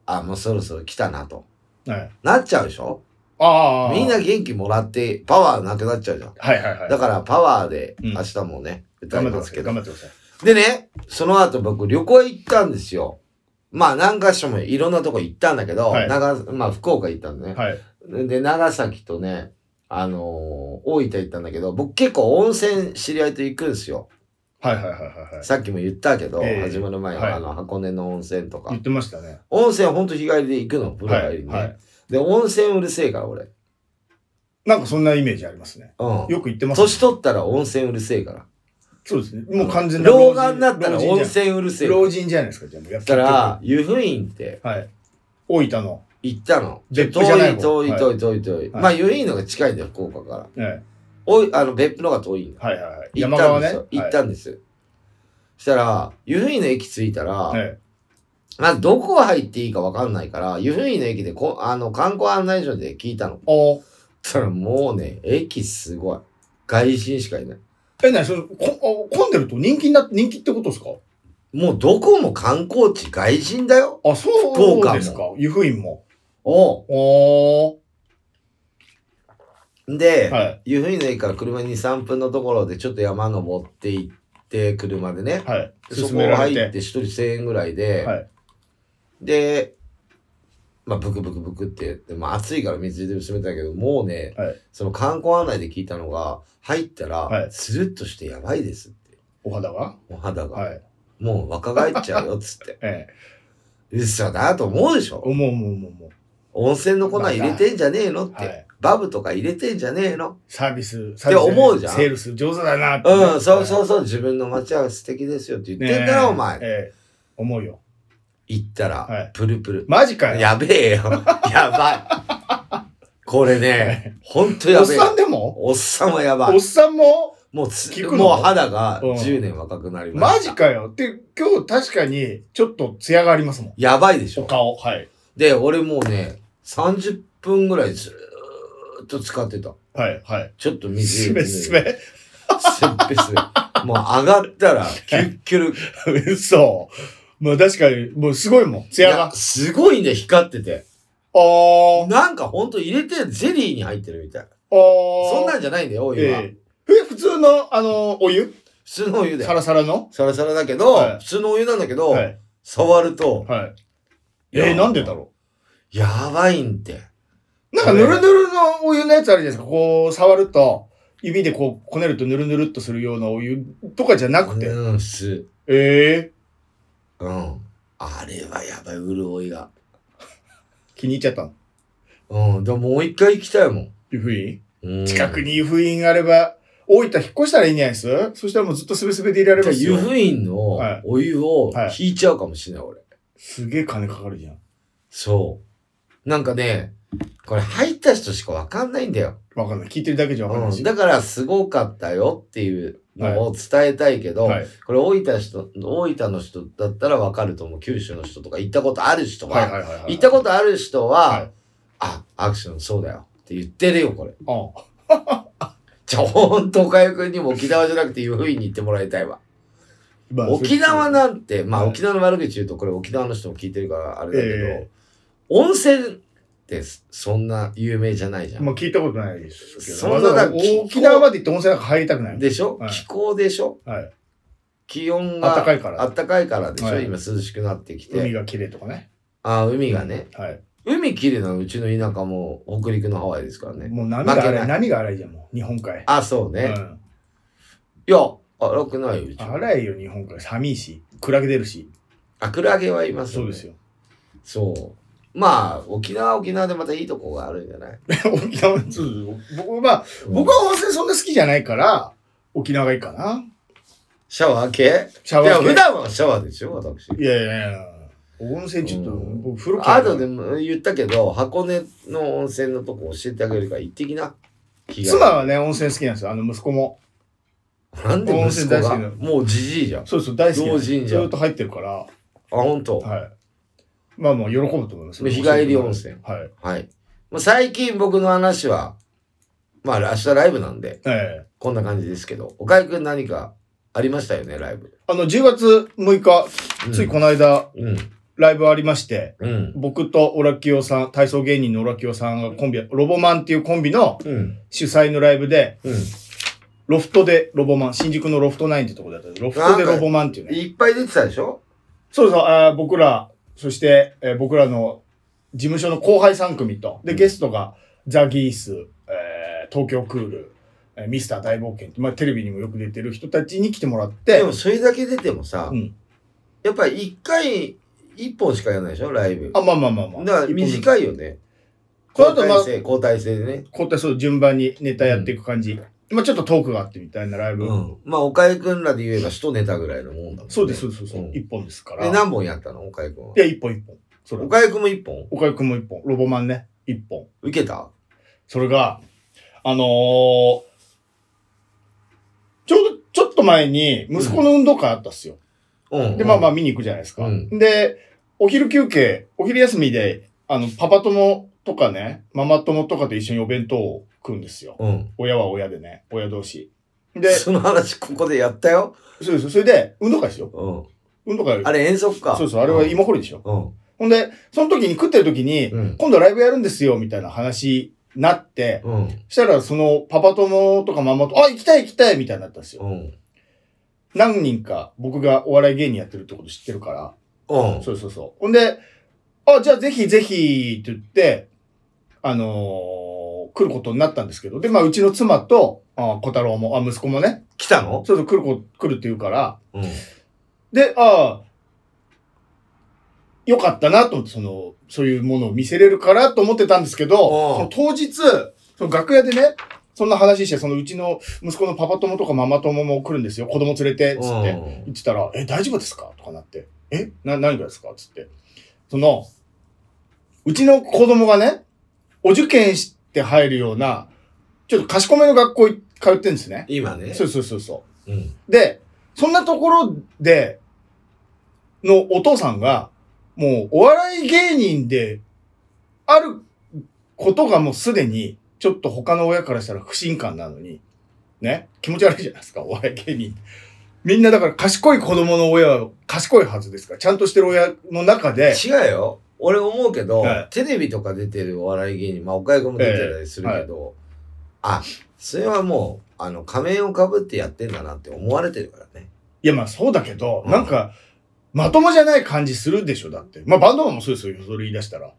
Speaker 1: あ、もうそろそろ来たなと。
Speaker 2: けたよはい。
Speaker 1: なっちゃうでしょ
Speaker 2: ああ。
Speaker 1: みんな、元気もらって、パワーなくなっちゃうじゃん。
Speaker 2: はいはいはい。
Speaker 1: だから、パワーで、
Speaker 2: うん
Speaker 1: 明日もね、歌
Speaker 2: 頑
Speaker 1: い
Speaker 2: 張っ
Speaker 1: ます
Speaker 2: てください。
Speaker 1: けど
Speaker 2: 頑。張ってください。
Speaker 1: でね、その後僕、旅行行ったんですよ。まあ、何か所もいろんなとこ行ったんだけど、
Speaker 2: はい
Speaker 1: 長、まあ、福岡行ったんだね。
Speaker 2: はい。
Speaker 1: で、長崎とね、あのー大分行ったんだけど、僕結構温泉知り合いと行くんですよ。
Speaker 2: はいはいはいはいはい。
Speaker 1: さっきも言ったけど、
Speaker 2: ええ
Speaker 1: 始まる前は、
Speaker 2: はい
Speaker 1: あの、箱根の温泉とか
Speaker 2: 言っ。てましたね。
Speaker 1: 温泉ほんと日帰りで行くの、風呂
Speaker 2: は
Speaker 1: 帰り
Speaker 2: い。
Speaker 1: にね、
Speaker 2: はい。
Speaker 1: で、温泉うるせえから、俺。
Speaker 2: なんかそんなイメージありますね。
Speaker 1: うん。
Speaker 2: よく言ってますね。
Speaker 1: 年取ったら温泉うるせえから。
Speaker 2: そうですね。もう完全な
Speaker 1: 老眼になったら
Speaker 2: 老人
Speaker 1: 温
Speaker 2: じゃん
Speaker 1: 泉うるせえから。
Speaker 2: 老人じゃないですか、じゃあもうやっ
Speaker 1: だから、湯布院って
Speaker 2: はい。大分の。
Speaker 1: 行ったの。遠い
Speaker 2: 別府じゃない方
Speaker 1: 遠い遠い遠い遠い。
Speaker 2: はい
Speaker 1: まあ、湯布院の方が近いんだよ、福岡から。
Speaker 2: はい
Speaker 1: おい、あの、別府の方が遠いんだよ。
Speaker 2: はいはいはい。
Speaker 1: 行
Speaker 2: 山
Speaker 1: ったん
Speaker 2: 側
Speaker 1: で
Speaker 2: ね
Speaker 1: すよ。。行っ
Speaker 2: は
Speaker 1: たんです。したら、湯布院の駅着いたら、
Speaker 2: いはい。
Speaker 1: まあ、どこ入っていいかわかんないから、湯布院の駅でこ、あの、観光案内所で聞いたの。
Speaker 2: お
Speaker 1: そしたらもうね、駅すごい。外人しかいない。
Speaker 2: え、なにその、こあ混んでると人気にな、人気ってことですか
Speaker 1: もうどこも観光地外人だよ。
Speaker 2: あ、そうですか。湯布院も。
Speaker 1: お
Speaker 2: お
Speaker 1: で、
Speaker 2: ー。はい。
Speaker 1: 湯布院の駅から車に3分のところでちょっと山登って行って、車でね。
Speaker 2: はい。
Speaker 1: そ
Speaker 2: 勧
Speaker 1: こ
Speaker 2: めら
Speaker 1: 入
Speaker 2: れ
Speaker 1: って
Speaker 2: て。
Speaker 1: 1人1000円ぐらいで、
Speaker 2: はい
Speaker 1: で、まあ、ブクブクブクってやって、まあ、暑いから水で薄めたけど、もうね、
Speaker 2: はい
Speaker 1: その観光案内で聞いたのが、入った
Speaker 2: は
Speaker 1: ら、
Speaker 2: い
Speaker 1: スルッとしてやばいですって、
Speaker 2: お肌が
Speaker 1: お肌が。
Speaker 2: はい。
Speaker 1: もう若返っちゃうよ、っつ って。
Speaker 2: ええ。
Speaker 1: 嘘だと思うでしょ
Speaker 2: 思う思う思う思
Speaker 1: 温泉の粉入れてんじゃねえのっ
Speaker 2: う。
Speaker 1: て、
Speaker 2: はい。
Speaker 1: バブとか入れてんじゃねえの
Speaker 2: サービス、
Speaker 1: て思うじゃん
Speaker 2: セールス上手だなってね。。
Speaker 1: うん、そうそううそう、自分の街は素敵ですよって言ってんだろ、お前。
Speaker 2: ええ。思うよ。
Speaker 1: 行った
Speaker 2: は
Speaker 1: ら
Speaker 2: い、
Speaker 1: プルプル。
Speaker 2: マジかよ。
Speaker 1: やべえ よ。やばい。これね、ほんとや
Speaker 2: おっ
Speaker 1: べえ。
Speaker 2: さんでも
Speaker 1: おっさんはやば
Speaker 2: おっ
Speaker 1: い。
Speaker 2: さんも
Speaker 1: もうつ
Speaker 2: 聞くの
Speaker 1: もう肌が
Speaker 2: うん
Speaker 1: 10年若くなりま
Speaker 2: マ
Speaker 1: した。
Speaker 2: ジかよ。って、今日確かに、ちょっと艶がありますもん。
Speaker 1: やばいでし
Speaker 2: お
Speaker 1: ょ。
Speaker 2: 顔。はい。
Speaker 1: で、俺もうね、30分ぐらいずーっと使ってた。
Speaker 2: はい、はい。
Speaker 1: ちょっと水
Speaker 2: す
Speaker 1: 入れ
Speaker 2: べ
Speaker 1: てね
Speaker 2: すべ。
Speaker 1: すっぺすべ。もう上がったら、キュッキュル。
Speaker 2: 嘘。もう確かに、もうすごいもん。艶が。あ
Speaker 1: いやすごいね、光ってて。
Speaker 2: ー。
Speaker 1: なんかほんと入れて、ゼリーに入ってるみたい。
Speaker 2: あー。
Speaker 1: そんなんじゃないんだよ、お湯は。
Speaker 2: えええ普通の、あの、お湯
Speaker 1: 普通のお湯だ
Speaker 2: サ
Speaker 1: よ。
Speaker 2: ラサラの
Speaker 1: サラサラだけど、
Speaker 2: はい
Speaker 1: 普通のお湯なんだけど、
Speaker 2: はい。
Speaker 1: 触ると、
Speaker 2: はい。
Speaker 1: い
Speaker 2: え
Speaker 1: や
Speaker 2: ー、なんでだろ
Speaker 1: やばいんって。
Speaker 2: うなんか、ぬるぬるのお湯のやつあるじゃないですか。こう、触ると、指でこう、こねるとぬるぬるっとするようなお湯とかじゃなくて。
Speaker 1: うん、普通。
Speaker 2: ええ
Speaker 1: うん。あれはやばい、潤いが。
Speaker 2: 気に入っちゃったの。
Speaker 1: うん、でももう一回行きたいもん。
Speaker 2: 湯布院
Speaker 1: うん、
Speaker 2: 近くに湯布院があれば、大分引っ越したらいいんじゃないですそしたらもうずっとすべすべでいられ
Speaker 1: じゃあ
Speaker 2: ます
Speaker 1: 湯
Speaker 2: よ。
Speaker 1: 布院の
Speaker 2: はい
Speaker 1: お湯を
Speaker 2: はい
Speaker 1: 引いちゃうかもしれない、俺。
Speaker 2: すげえ金かかるじゃん。
Speaker 1: そう。なんかね、これ入った人しかわかんないんだよ。
Speaker 2: わかんない。聞いてるだけじゃわかんない
Speaker 1: うん、
Speaker 2: し。
Speaker 1: だから、すごかったよっていうのを伝えたいけど、
Speaker 2: はい。
Speaker 1: これ大分人、大分の人だったらわかると思う。九州の人とか行ったことある人は、
Speaker 2: はいはいはいはい。
Speaker 1: 行ったことある人は、
Speaker 2: はい
Speaker 1: あ、アクションそうだよって言ってるよ、これ。
Speaker 2: と
Speaker 1: じゃあ、ほんと、岡くんにも沖縄じゃなくて湯布院に行ってもらいたいわ。
Speaker 2: うん。まあ
Speaker 1: 沖縄。なんて、まあ、
Speaker 2: はい
Speaker 1: 沖縄の悪口言うと、これ沖縄の人も聞いてるから、あれだけど、
Speaker 2: え
Speaker 1: 温泉ってそんな有名じゃないじゃん。
Speaker 2: まあ聞いたことないですけど。
Speaker 1: そんなだ
Speaker 2: 沖縄まで行って温泉なんか入りたくない。
Speaker 1: でしょ、
Speaker 2: はい
Speaker 1: 気候でしょ
Speaker 2: はい。
Speaker 1: 気温が
Speaker 2: 暖かいから。
Speaker 1: あったかいからでしょ、
Speaker 2: はい
Speaker 1: 今涼しくなってきて。
Speaker 2: 海が綺麗とかね。
Speaker 1: あ海がね。
Speaker 2: はい。
Speaker 1: 海綺麗なのうちの田舎も北陸のハワイですからね。
Speaker 2: もう波が
Speaker 1: 負けな
Speaker 2: 荒
Speaker 1: い
Speaker 2: い、波が荒いじゃん、もう。日本海。
Speaker 1: あ、そう
Speaker 2: う
Speaker 1: ね。
Speaker 2: ん。
Speaker 1: いや、荒くないようち。
Speaker 2: 荒いよ、日本海。寒いし。クラゲ出るし。
Speaker 1: あ、クラゲはいます、
Speaker 2: そうです。よ。
Speaker 1: そう。まあ、沖縄は沖縄でまたいいとこがあるんじゃない
Speaker 2: 沖縄、そうです僕、まあ、僕は温泉そんな好きじゃないから、沖縄がいいかな。
Speaker 1: シャワー系
Speaker 2: シャ
Speaker 1: いや、
Speaker 2: ワー
Speaker 1: 普
Speaker 2: 系。
Speaker 1: 段はシャワーですよ、私。
Speaker 2: いやいやいや。温泉ちょっと、
Speaker 1: うん
Speaker 2: 僕風呂
Speaker 1: あと
Speaker 2: 嫌
Speaker 1: で
Speaker 2: い
Speaker 1: も言ったけど、箱根の温泉のとこ教えてあげるから行ってきな。日帰り
Speaker 2: 妻はね、温泉好きなんですよ。あの、息子も。
Speaker 1: なんで息
Speaker 2: 温
Speaker 1: 子
Speaker 2: 泉大好き
Speaker 1: が
Speaker 2: なの
Speaker 1: もうじじいじゃん。あ、
Speaker 2: そうそう、大好きなんです
Speaker 1: 老人じゃん
Speaker 2: ずっと入ってるから。
Speaker 1: ほんと。
Speaker 2: はい。まあもう喜ぶと思いますよ。
Speaker 1: 日帰り温泉
Speaker 2: はい。
Speaker 1: はい。まあ、最近僕の話は、まあ、明日ライブなんで、
Speaker 2: ええ
Speaker 1: こんな感じですけど、岡井くん何かありましたよね、ライブ。
Speaker 2: あの、10月6日、ついこの間、
Speaker 1: うん。
Speaker 2: ライブありまして、
Speaker 1: うん。
Speaker 2: 僕とオラキオさん、体操芸人のオラキオさんがコンビ、ロボマンっていうコンビの
Speaker 1: うん。
Speaker 2: 主催のライブで、
Speaker 1: うん。
Speaker 2: ロフトでロボマン、新宿のロフトナインってとこだったんですロフトでロボマンっていうね。
Speaker 1: いっぱい出てたでしょ
Speaker 2: そうそう、あー僕ら、そして、えー僕らの事務所の後輩3組と、で、ゲストがザ・ギース、えー東京クール、えーミスター大冒険って、まあ、テレビにもよく出てる人たちに来てもらって
Speaker 1: で、もそれだけ出てもさ、
Speaker 2: うん
Speaker 1: やっぱり一回、一本しかやらないでしょ、ライブ。
Speaker 2: あ、まあまあまあまあ。
Speaker 1: だから短いよね。
Speaker 2: この後
Speaker 1: 交
Speaker 2: まあ
Speaker 1: 代制、交代制でね。
Speaker 2: こうやってそう順番にネタやっていく感じ。まあちょっとトークがあってみたいなライブ。
Speaker 1: うん。まあ、岡井くんらで言えば一ネタぐらいのもんだもんね、
Speaker 2: そうです、そうです、そう
Speaker 1: うん
Speaker 2: です。一本ですから。。
Speaker 1: で、何本やったの岡井くんはい
Speaker 2: や、一本一本。それ。
Speaker 1: 岡井くんも一本
Speaker 2: 岡井くんも一本。ロボマンね、一本。
Speaker 1: 受けた
Speaker 2: それが、あのーちょうど、ちょっと前に、息子の運動会あったっすよ。
Speaker 1: うん。
Speaker 2: で、まあまあ
Speaker 1: あ。
Speaker 2: 見に行くじゃないですか。
Speaker 1: うん
Speaker 2: で、お昼休憩、お昼休みで、あの、パパ友とかね、ママ友とかと一緒にお弁当を食うんですよ。
Speaker 1: うん。
Speaker 2: 親は親でね、親同士。で、
Speaker 1: で、
Speaker 2: そ
Speaker 1: その話ここでやったよ。
Speaker 2: うです。それで、運動会ですよ。
Speaker 1: うん。
Speaker 2: 運動会。
Speaker 1: あれ遠足か。
Speaker 2: そうそう、あれは芋掘りでしょ。
Speaker 1: うん。
Speaker 2: ほんで、その時に食ってる時に、
Speaker 1: うん。
Speaker 2: 今度ライブやるんですよ、みたいな話になって、
Speaker 1: うん。
Speaker 2: そしたら、その、パパ友とかママと、あ、行きたい行きたいみたいになったんですよ。
Speaker 1: うん。
Speaker 2: 何人か僕がお笑い芸人やってるってこと知ってるから。
Speaker 1: うん。
Speaker 2: そうそうそう。ほんで、あ、じゃあぜひぜひって言って、あのー来ることになったんですけど。で、まあ、うちの妻と、あ小太郎も、あ、息子もね、
Speaker 1: 来たの
Speaker 2: そうそう来るこ、来るって言うから。
Speaker 1: うん。
Speaker 2: で、ああ、よかったなと思って、その、そういうものを見せれるからと思ってたんですけど、
Speaker 1: うん
Speaker 2: その当日、その楽屋でね、そんな話して、そのうちの息子のパパ友とかママ友も来るんですよ、子供連れて、つって。言ってたら、え、大丈夫ですかとかなって、え、な、何がですかつって。その、うちの子供がね、お受験して入るような、ちょっと賢めの学校い通ってんですね。
Speaker 1: 今ね。
Speaker 2: そうそうそうそう。
Speaker 1: うん。
Speaker 2: で、そんなところで、のお父さんが、もうお笑い芸人であることがもうすでに、ちょっと他の親からしたら不信感なのに、ね、気持ち悪いじゃないですか、お笑い芸人。みんなだから賢い子供の親は賢いはずですから、ちゃんとしてる親の中で、
Speaker 1: 違うよ。俺思うけど、
Speaker 2: はい
Speaker 1: テレビとか出てるお笑い芸人、まあ、岡井くんも出てたりするけど、あ、それはもう、あの、仮面をかぶってやってんだなって思われてるからね。
Speaker 2: いやまあそうだけど、
Speaker 1: うん
Speaker 2: なんか、まともじゃない感じするでしょ、だって。まあバンドマンもそうですよ、それ言い出したら。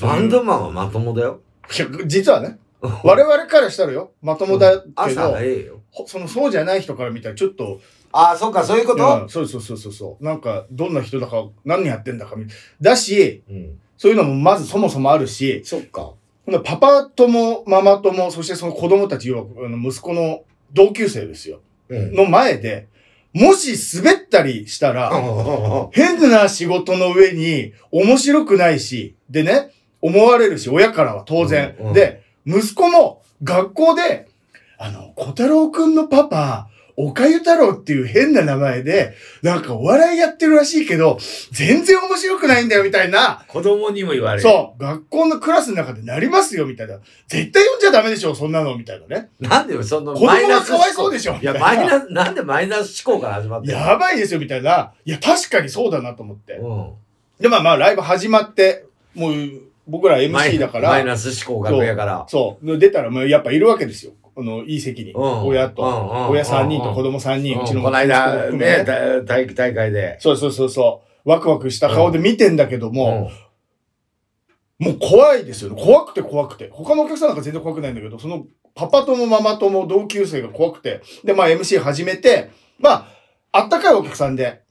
Speaker 1: バンドマンはまともだ よ。
Speaker 2: いや実はね、我々からしたらよ、まともだけ
Speaker 1: 朝
Speaker 2: ど、
Speaker 1: 早いよ。
Speaker 2: ほそのそうじゃない人から見たらちょっと、
Speaker 1: あ、そっか、そういうこ
Speaker 2: う
Speaker 1: と
Speaker 2: んそうそうそうそうそう、なんかどんな人だか、何やってんだかみだし、
Speaker 1: うん。
Speaker 2: そういうのもまずそもそもあるし、
Speaker 1: そっか。
Speaker 2: ほんでパパ友、ママ友、そしてその子供たち、要はあの息子の同級生ですよ、
Speaker 1: うん。
Speaker 2: の前で、もし滑ったりしたら、変な仕事の上に面白くないし、でね、思われるし、親からは当然。
Speaker 1: うんうん
Speaker 2: で、息子も学校で、あの、小太郎くんのパパ、岡ゆ太郎っていう変な名前で、なんかお笑いやってるらしいけど、全然面白くないんだよみたいな、
Speaker 1: 子供にも言われる。
Speaker 2: そう、学校のクラスの中でなりますよみたいな、絶対読んじゃダメでしょ、そんなの、みたいなね。
Speaker 1: なんでそんな
Speaker 2: 子供
Speaker 1: マイナ
Speaker 2: が
Speaker 1: ス
Speaker 2: かわいそうでしょ、み
Speaker 1: い
Speaker 2: た
Speaker 1: や、
Speaker 2: いな。
Speaker 1: マイナス、 なんでマイナス思考から始まってんの
Speaker 2: やばいですよ、みたいな。いや、確かにそうだなと思って。
Speaker 1: う
Speaker 2: で、まあまあ、ライブ始まって、もう、僕ら
Speaker 1: ん。マイ
Speaker 2: MC だか
Speaker 1: マイ
Speaker 2: ら、
Speaker 1: ナス思考楽屋から。
Speaker 2: そう、出たら、もうやっぱいるわけですよ。この、いい席に。
Speaker 1: うん
Speaker 2: 親と、
Speaker 1: うん
Speaker 2: 親3人と子
Speaker 1: 供
Speaker 2: 供3人、うちの
Speaker 1: この
Speaker 2: 息子も
Speaker 1: 間、
Speaker 2: 含め
Speaker 1: ね、た体育大会で。
Speaker 2: そうそうそうそう。ワクワクした顔で見てんだけども、
Speaker 1: うん
Speaker 2: もう怖いですよね。怖くて怖くて。他のお客さんなんか全然怖くないんだけど、その、パパともママとも同級生が怖くて。で、まあ MC 始めて、まあ、あったかいお客さんで、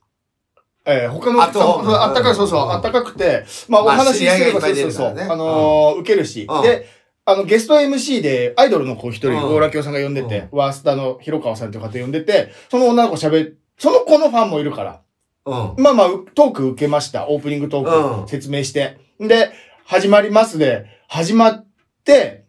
Speaker 2: えー、他のお客さん
Speaker 1: あ
Speaker 2: も、
Speaker 1: そう
Speaker 2: あったかい、そうそうう、
Speaker 1: ん
Speaker 2: あったかくて、まあお
Speaker 1: まあ
Speaker 2: 話し
Speaker 1: 知
Speaker 2: すれば、
Speaker 1: り合いがいっぱ
Speaker 2: そう
Speaker 1: い出
Speaker 2: そう
Speaker 1: るか
Speaker 2: そう、
Speaker 1: らね
Speaker 2: あのー受けるし、
Speaker 1: うん
Speaker 2: で、あの、ゲスト MC で、アイドルの子一
Speaker 1: う
Speaker 2: 人、
Speaker 1: ん
Speaker 2: 大良京さんが呼んでて、ワースターの広川さんという方呼んでて、その女の子喋っ、その子のファンもいるから、
Speaker 1: うん。
Speaker 2: まあまあ、うトーク受けました。オープニングトー
Speaker 1: うん
Speaker 2: ク説明して。で、始まりますで、始まって、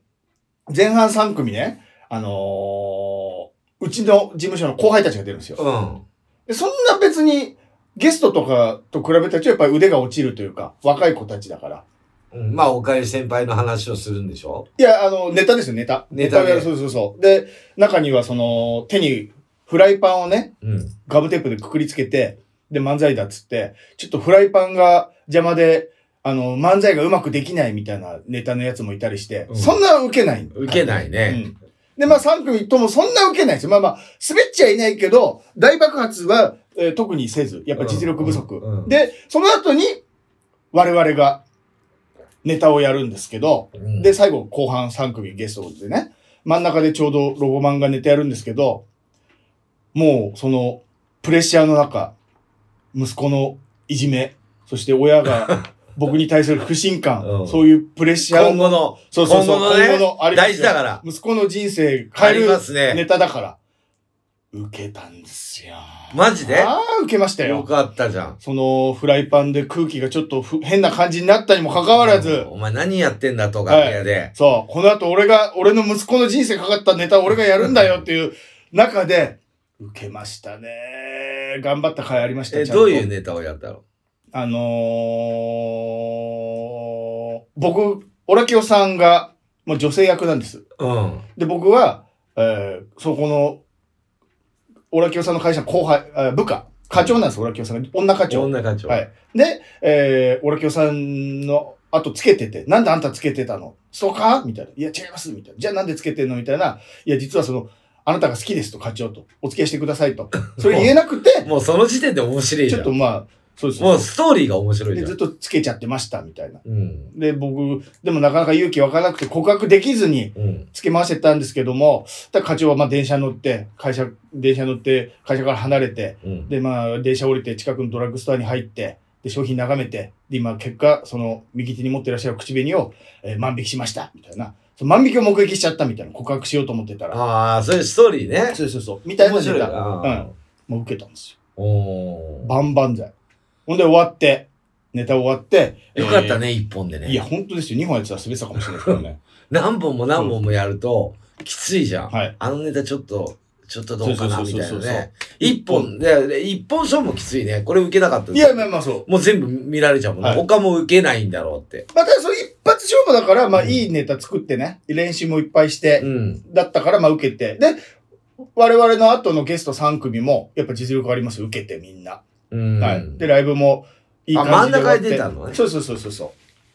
Speaker 2: 前半3組ね、あのーうちの事務所の後輩たちが出るんですよ。
Speaker 1: うん。
Speaker 2: でそんな別に、ゲストとかと比べたらやっぱり腕が落ちるというか、若い子たちだから。
Speaker 1: うん、まあ、おかゆ先輩の話をするんでしょ
Speaker 2: いや、あの、ネタですよ、ネタ。
Speaker 1: ネタね
Speaker 2: をやるそうそうそう。で、中にはその、手にフライパンをね、
Speaker 1: うん。
Speaker 2: ガムテープでくくりつけて、で、漫才だっつって、ちょっとフライパンが邪魔で、あの、漫才がうまくできないみたいなネタのやつもいたりして、
Speaker 1: うん
Speaker 2: そんな受けない。
Speaker 1: 受け
Speaker 2: い。
Speaker 1: ないうね。
Speaker 2: ん。で、まあ3組ともそんな受けないですよ。まあまあ、滑っちゃいないけど、大爆発は、えー特にせず、やっぱ実力不足。
Speaker 1: うんうん
Speaker 2: で、その後に、我々がネタをやるんですけど、
Speaker 1: うん
Speaker 2: で、最後、後半3組ゲストでね、真ん中でちょうどロゴマンが寝てやるんですけど、もう、その、プレッシャーの中、息子のいじめ、そして 親が僕に対する不信感、
Speaker 1: うん
Speaker 2: そういうプレッシャー
Speaker 1: 今後の、
Speaker 2: そうそうそう、
Speaker 1: 今後のね
Speaker 2: ありますよ
Speaker 1: 大事だから
Speaker 2: 息子の人生
Speaker 1: あ
Speaker 2: 変え
Speaker 1: りま
Speaker 2: る
Speaker 1: す
Speaker 2: ネ
Speaker 1: ね。
Speaker 2: タだから、受けたんですよ。
Speaker 1: マジで
Speaker 2: ああ、受けました
Speaker 1: よ
Speaker 2: よ。
Speaker 1: かったじゃん。
Speaker 2: その、フライパンで空気がちょっとふ変な感じになったにもかかわらず、
Speaker 1: お前何やってんだと、楽屋で。
Speaker 2: そう、この後俺が、俺の息子の人生かかったネタを俺がやるんだよっていう中で、受けましたね。頑張った回ありました
Speaker 1: え、
Speaker 2: ちゃんと
Speaker 1: どういうネタをやったの
Speaker 2: あのー、僕、オラキオさんが、もう女性役なんです。
Speaker 1: うん。
Speaker 2: で、僕は、えーそこの、オラキオさんの会社の後輩、えー部下、課長なんです、オラキオさんが。女課長。
Speaker 1: 女課長。
Speaker 2: はい。で、えー、オラキオさんの後つけてて、なんであんたつけてたのそうかみたいな。いや、違いますみたいな。じゃあなんでつけてんのみたいな。いや、実はその、あなたが好きですと、課長と。お付き合いしてくださいと。それ言えなくて、
Speaker 1: もうその時点で面 白い
Speaker 2: ち
Speaker 1: じ
Speaker 2: ょ
Speaker 1: ゃ
Speaker 2: っと
Speaker 1: ん。
Speaker 2: まあ、そうです
Speaker 1: もうストーリーが面白い
Speaker 2: で、
Speaker 1: じゃ
Speaker 2: ずっ
Speaker 1: ん。
Speaker 2: とつけちゃってました、みたいな。
Speaker 1: うん。
Speaker 2: で、僕、でもなかなか勇気わからなくて、告白できずに、
Speaker 1: うん。
Speaker 2: つけ回してたんですけども、ただ課長はまあ電車乗って、会社、電車乗って、会社から離れて、
Speaker 1: うん。
Speaker 2: で、まあ、電車降りて近くのドラッグストアに入って、で、商品眺めて、で、今、結果、その、右手に持ってらっしゃる口紅を、えー万引きしました、みたいな。その万引きを目撃しちゃったみたいな。告白しようと思ってたら。
Speaker 1: ああ、そういうストーリーね。
Speaker 2: そうそうそう。みたいな
Speaker 1: 面白
Speaker 2: ネ
Speaker 1: い
Speaker 2: タ。
Speaker 1: な。
Speaker 2: もう受けたんです
Speaker 1: うん。
Speaker 2: よ。
Speaker 1: お
Speaker 2: バンバン剤。ほんで終わって、ネタ終わって。
Speaker 1: ーよかった
Speaker 2: ね。
Speaker 1: ね、一本でね。
Speaker 2: いや、本当ですよ。2本やってたら滑ってたかもしれないですけどね。
Speaker 1: 何本も何本もやると、きついじゃん。
Speaker 2: はい
Speaker 1: あのネタちょっと、ちょっとどうかな、
Speaker 2: そうそ
Speaker 1: み
Speaker 2: うそう
Speaker 1: たいな
Speaker 2: そうそう
Speaker 1: ね。一本、で、一本勝負もきついね。これ受けなかった
Speaker 2: いや、まあまあそう。
Speaker 1: もう全部見られちゃうもんね。
Speaker 2: はい
Speaker 1: 他も受けないんだろうって。
Speaker 2: まあ、ただその一発勝負だから、まあ
Speaker 1: うん
Speaker 2: いいネタ作ってね。練習もいっぱいして
Speaker 1: う。ん。
Speaker 2: だったから、まあ受けて。で、我々の後のゲスト3組も、やっぱ実力ありますよ受けてみんな。
Speaker 1: うん。
Speaker 2: はい。で、ライブも、いい感じで終わっ
Speaker 1: あ真ん
Speaker 2: て。
Speaker 1: 中で出たのね
Speaker 2: そうそうそうそうそ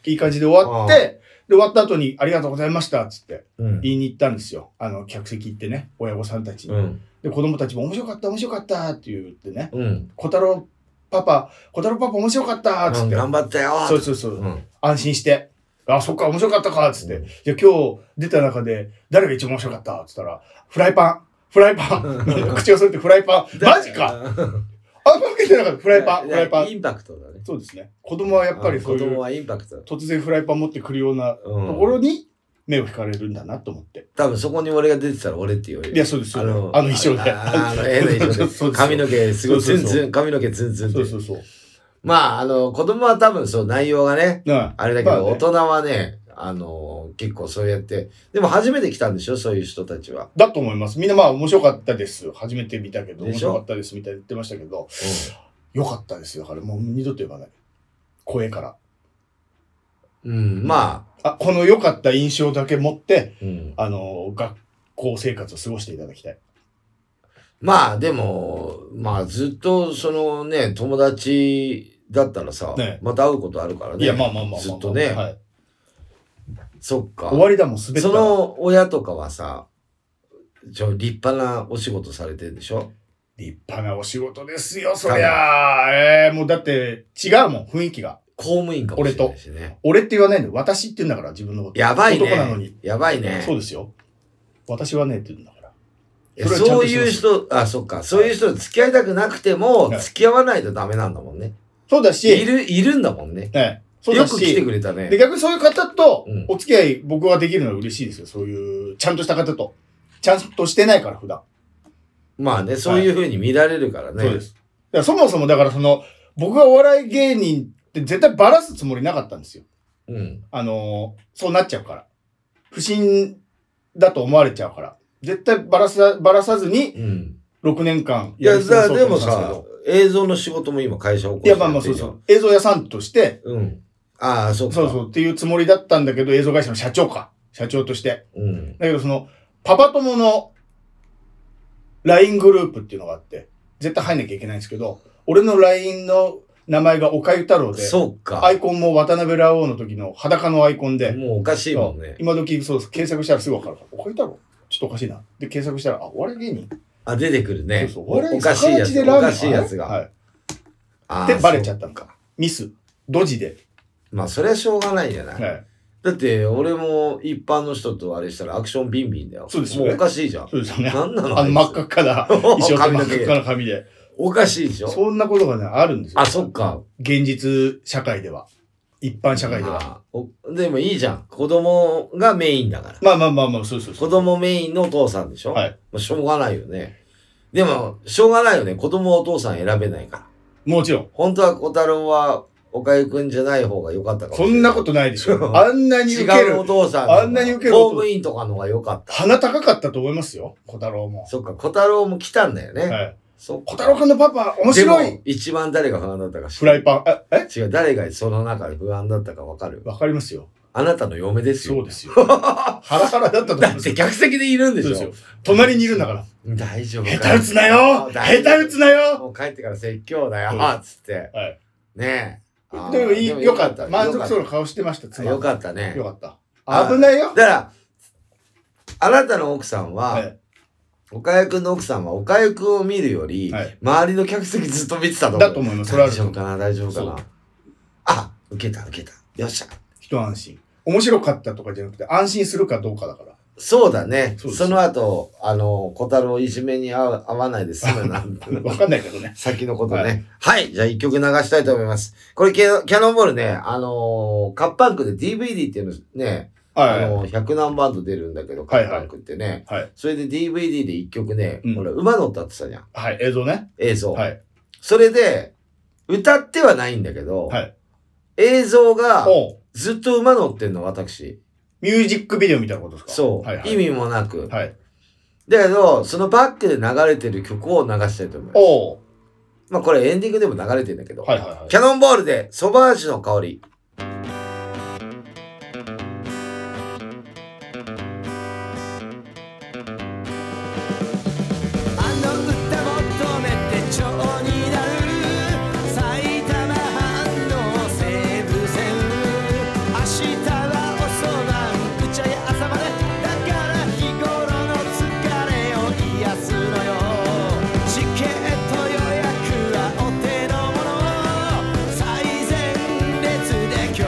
Speaker 2: う。いい感じで終わって、で、終わった後に、ありがとうございました、つって、
Speaker 1: うん。
Speaker 2: 言いに行ったんですよ。あの、客席行ってね、親御さんたちに。
Speaker 1: うん。
Speaker 2: で、子供たちも面白かった、面白かった、って言ってね、
Speaker 1: うん。
Speaker 2: 小太郎パパ、小太郎パパ面白かった、つ
Speaker 1: う
Speaker 2: っ
Speaker 1: ん
Speaker 2: て。
Speaker 1: 頑張ったよー
Speaker 2: そうそうそうう。
Speaker 1: ん。
Speaker 2: 安心して。あ、そっか、面白かったか、つって。じゃあ今日出た中で、誰が一番面白かったっつったら、フライパン、フライパ ン、口を添えてフライパン、マジか
Speaker 1: か
Speaker 2: あんま受けてなかった、フ
Speaker 1: フ
Speaker 2: ライパン、フライパン。
Speaker 1: インパクトだね。
Speaker 2: そうですね。子供はやっぱりそうい
Speaker 1: 子供
Speaker 2: う、
Speaker 1: はインパクト。
Speaker 2: 突然フライパン持ってくるような
Speaker 1: う
Speaker 2: と
Speaker 1: ん
Speaker 2: ころに目を引かれるんだなと思って。
Speaker 1: 多分そこに俺が出てたら俺って言われる。
Speaker 2: いや、そうですよ。あの衣装で。
Speaker 1: あああの、ええ衣
Speaker 2: そ
Speaker 1: 装
Speaker 2: うですそう
Speaker 1: で。
Speaker 2: です
Speaker 1: 髪の毛、すごい、
Speaker 2: そ
Speaker 1: ツ
Speaker 2: う
Speaker 1: ン
Speaker 2: そうそう
Speaker 1: ツン、髪の毛ツンツンっ
Speaker 2: そう
Speaker 1: て。
Speaker 2: そうそう。
Speaker 1: まあ、あの、子供は多分そう、内容がね、
Speaker 2: な
Speaker 1: あれだけ
Speaker 2: まあ
Speaker 1: ど、
Speaker 2: ね
Speaker 1: 大人はね、あの、結構そうやって、でも初めて来たんでしょそういう人たちは。
Speaker 2: だと思います。みんなまあ面白かったです。初めて見たけど、
Speaker 1: で
Speaker 2: 面
Speaker 1: しょ
Speaker 2: 白かったですみたいに言ってましたけど、よかったですよ。だからもう二度と呼ばない。声から。
Speaker 1: うん、まあ、
Speaker 2: あ、この良かった印象だけ持って、
Speaker 1: うん
Speaker 2: あの、学校生活を過ごしていただきたい。
Speaker 1: まあ、でも、まあ、ずっと、そのね、友達だったらさ
Speaker 2: ね、
Speaker 1: また会うことあるからね。
Speaker 2: いや、まあまあまあまあまあ。
Speaker 1: ずっとね
Speaker 2: はい。
Speaker 1: そっか。
Speaker 2: 終わりだもん、滑った
Speaker 1: そ
Speaker 2: ら。
Speaker 1: の親とかはさ、ちょ立派なお仕事されてるんでしょ
Speaker 2: 立派なお仕事ですよ、そりゃあ。ええもうだって、違うもん、雰囲気が。
Speaker 1: 公務員かもしれないしね。
Speaker 2: 俺って言わないの私って言うんだから、自分のこと。
Speaker 1: やばい
Speaker 2: 男なの
Speaker 1: ね
Speaker 2: に。
Speaker 1: やばいね
Speaker 2: そう。ですよ。私はねって言うんだから。
Speaker 1: いや
Speaker 2: それはちゃん
Speaker 1: そう
Speaker 2: と
Speaker 1: いう人、あ、そっか。そういう人と付き合いたくなくて
Speaker 2: は
Speaker 1: も、
Speaker 2: い
Speaker 1: 付き合わないとダメなんだもんね。
Speaker 2: そうだし、
Speaker 1: いる、いるんだもんね。
Speaker 2: ね、そう
Speaker 1: よ
Speaker 2: だ
Speaker 1: く来て
Speaker 2: し、
Speaker 1: くれた
Speaker 2: で
Speaker 1: ね。
Speaker 2: 逆にそういう方と
Speaker 1: うん
Speaker 2: お付き合い僕はできるのは嬉しいですよ。そういう、ちゃんとした方と。ちゃんとしてないから、普段。
Speaker 1: まあね、そういうふうに見られるからね。
Speaker 2: そうです。だからそもそもだからその、僕がお笑い芸人って絶対バラすつもりなかったんですよ。
Speaker 1: うん。
Speaker 2: あのーそうなっちゃうから。不審だと思われちゃうから。絶対バラさ、バラさずに
Speaker 1: うん。
Speaker 2: 6年間
Speaker 1: いや、
Speaker 2: り過ご
Speaker 1: さ
Speaker 2: そう
Speaker 1: で
Speaker 2: と思
Speaker 1: も
Speaker 2: ってたんです
Speaker 1: さ
Speaker 2: けど、
Speaker 1: 映像の仕事も今会社起こして
Speaker 2: いや、まあまあそうそう。映像屋さんとして、
Speaker 1: う。うん。ああ、そっか。
Speaker 2: そうそう、っていうつもりだったんだけど、映像会社の社長か。社長として。
Speaker 1: う。うん。
Speaker 2: だけどその、パパ友の LINE グループっていうのがあって、絶対入んなきゃいけないんですけど、俺の LINE の名前が岡ゆ太郎で、
Speaker 1: そうか。
Speaker 2: アイコンも渡辺ラオウの時の裸のアイコンで、
Speaker 1: もうおかしいもんね。
Speaker 2: 今時そうです。検索したらすぐわかる。岡ゆ太郎ちょっとおかしいな。で、検索したら、あ、お笑い芸人。
Speaker 1: あ、出てくるね。
Speaker 2: そうそう。お笑
Speaker 1: お
Speaker 2: い
Speaker 1: かしいや
Speaker 2: 逆立ち
Speaker 1: つ。
Speaker 2: で
Speaker 1: お
Speaker 2: ラーメン
Speaker 1: かしいやつ
Speaker 2: は
Speaker 1: が。
Speaker 2: い。
Speaker 1: あ
Speaker 2: で、バレちゃ
Speaker 1: っ
Speaker 2: ったのか。ミス。ドジで。
Speaker 1: た。まあ、それはしょうがないじゃない。
Speaker 2: はい。
Speaker 1: だって、俺も一般の人とあれしたらアクションビンビンだよ。
Speaker 2: そうですよね
Speaker 1: もうおかしいじゃん。
Speaker 2: そうですよね。
Speaker 1: なんなの
Speaker 2: あ
Speaker 1: あ
Speaker 2: の
Speaker 1: いつ
Speaker 2: 真っ赤っ かな、衣装と真
Speaker 1: 髪
Speaker 2: っ
Speaker 1: の
Speaker 2: 赤っ
Speaker 1: 毛
Speaker 2: かな髪で。
Speaker 1: おかしいでしょ
Speaker 2: そんなことがね、あるんですよ。
Speaker 1: あ、そっか。
Speaker 2: 現実社会では。一般社会では。
Speaker 1: あおでもいいじゃん。子供がメインだから。
Speaker 2: まあまあまあまあ、そうそうそ
Speaker 1: 子
Speaker 2: う。
Speaker 1: 供メインのお父さんでしょ
Speaker 2: はい。
Speaker 1: まあしょうがないよね。でも、しょうがないよね。子供はお父さん選べないから。
Speaker 2: もちろん。
Speaker 1: 本当は小太郎は、おかゆくんじゃない方が良かったかもし
Speaker 2: そ
Speaker 1: れない。
Speaker 2: んなことないで しょ。あんなに受け
Speaker 1: 違うお
Speaker 2: る。
Speaker 1: 父さん。
Speaker 2: あんなにウケるお父
Speaker 1: 公務員とかの方が良かった。
Speaker 2: 鼻高かったと思いますよ。小太郎も。
Speaker 1: そっか、小太郎も来たんだよね。
Speaker 2: はい。
Speaker 1: そっか
Speaker 2: 小太郎くんのパパ、面白
Speaker 1: でも
Speaker 2: い
Speaker 1: 一番誰が不安だったか知
Speaker 2: フライ
Speaker 1: ン。
Speaker 2: パン。あえ
Speaker 1: 違う、誰がその中で不安だったかわかる
Speaker 2: わかりますよ。
Speaker 1: あなたの嫁ですよ。
Speaker 2: そう ですよ。ハラハラだったと思い
Speaker 1: だ
Speaker 2: ま
Speaker 1: っ
Speaker 2: す
Speaker 1: て客席でいるんで
Speaker 2: そう
Speaker 1: し
Speaker 2: で
Speaker 1: ょ
Speaker 2: すよ。隣にいるんだから。
Speaker 1: 大丈夫
Speaker 2: 下手打つなよ下手打つなよ
Speaker 1: もう帰ってから説教だよ
Speaker 2: そうで
Speaker 1: つって。
Speaker 2: はい。
Speaker 1: ねえ。あー
Speaker 2: でもい
Speaker 1: でも
Speaker 2: い、よかった。満足そうな
Speaker 1: よ
Speaker 2: 顔してまし
Speaker 1: か
Speaker 2: た、
Speaker 1: った
Speaker 2: 妻。
Speaker 1: よ
Speaker 2: っ
Speaker 1: かったね。
Speaker 2: よかった。
Speaker 1: あ
Speaker 2: 危ないよ
Speaker 1: だ。から、あなたの奥さんは、
Speaker 2: はい
Speaker 1: おかゆくんの奥さんは、おかゆくんを見るより、
Speaker 2: はい
Speaker 1: 周りの客席ずっと見てたと思う。
Speaker 2: だと思います。それはあ
Speaker 1: 大
Speaker 2: る
Speaker 1: 丈夫かな、大丈夫か
Speaker 2: そ
Speaker 1: な。あ、受けた、受けた。よっしゃ。
Speaker 2: 一安心。面白かったとかじゃなくて、安心するかどうかだ から。
Speaker 1: そうだね。
Speaker 2: そう
Speaker 1: そ
Speaker 2: です
Speaker 1: の後、あの、小太郎いじめに合う合わないで済む なんて。
Speaker 2: わかんないけどね。
Speaker 1: 先のことね。はい、じゃあ一曲流したいと思います。これ、キャキャノンボールね、あのーカッパンクで DVD っていうのね、
Speaker 2: はい
Speaker 1: あ
Speaker 2: はい。
Speaker 1: のー100何バンド出るんだけど、カ
Speaker 2: はいはい
Speaker 1: ッパンクってね。
Speaker 2: はい
Speaker 1: それで DVD で一曲ね、
Speaker 2: うん
Speaker 1: 俺、馬乗ったってたじゃん、
Speaker 2: はい、映像ね。
Speaker 1: 映像。
Speaker 2: はい。
Speaker 1: それで、歌ってはないんだけど、
Speaker 2: はい
Speaker 1: 映像が
Speaker 2: おう
Speaker 1: ずっと馬乗ってんの、私。
Speaker 2: ミュージックビデオみたいなことですか
Speaker 1: そう、
Speaker 2: はいはい。
Speaker 1: 意味もなく。
Speaker 2: はい。
Speaker 1: だけど、そのバックで流れてる曲を流したいと思います。
Speaker 2: おう
Speaker 1: まあこれエンディングでも流れてんだけど。
Speaker 2: はいはいはい。
Speaker 1: キャノンボールで蕎麦味の香り。
Speaker 3: 「あの歌求めて蝶になる」「埼玉半の西武線」「明日はおそば打ち上げ朝まで」「だから日頃の疲れを癒すのよ」「チケット予約はお手の物」「最前列で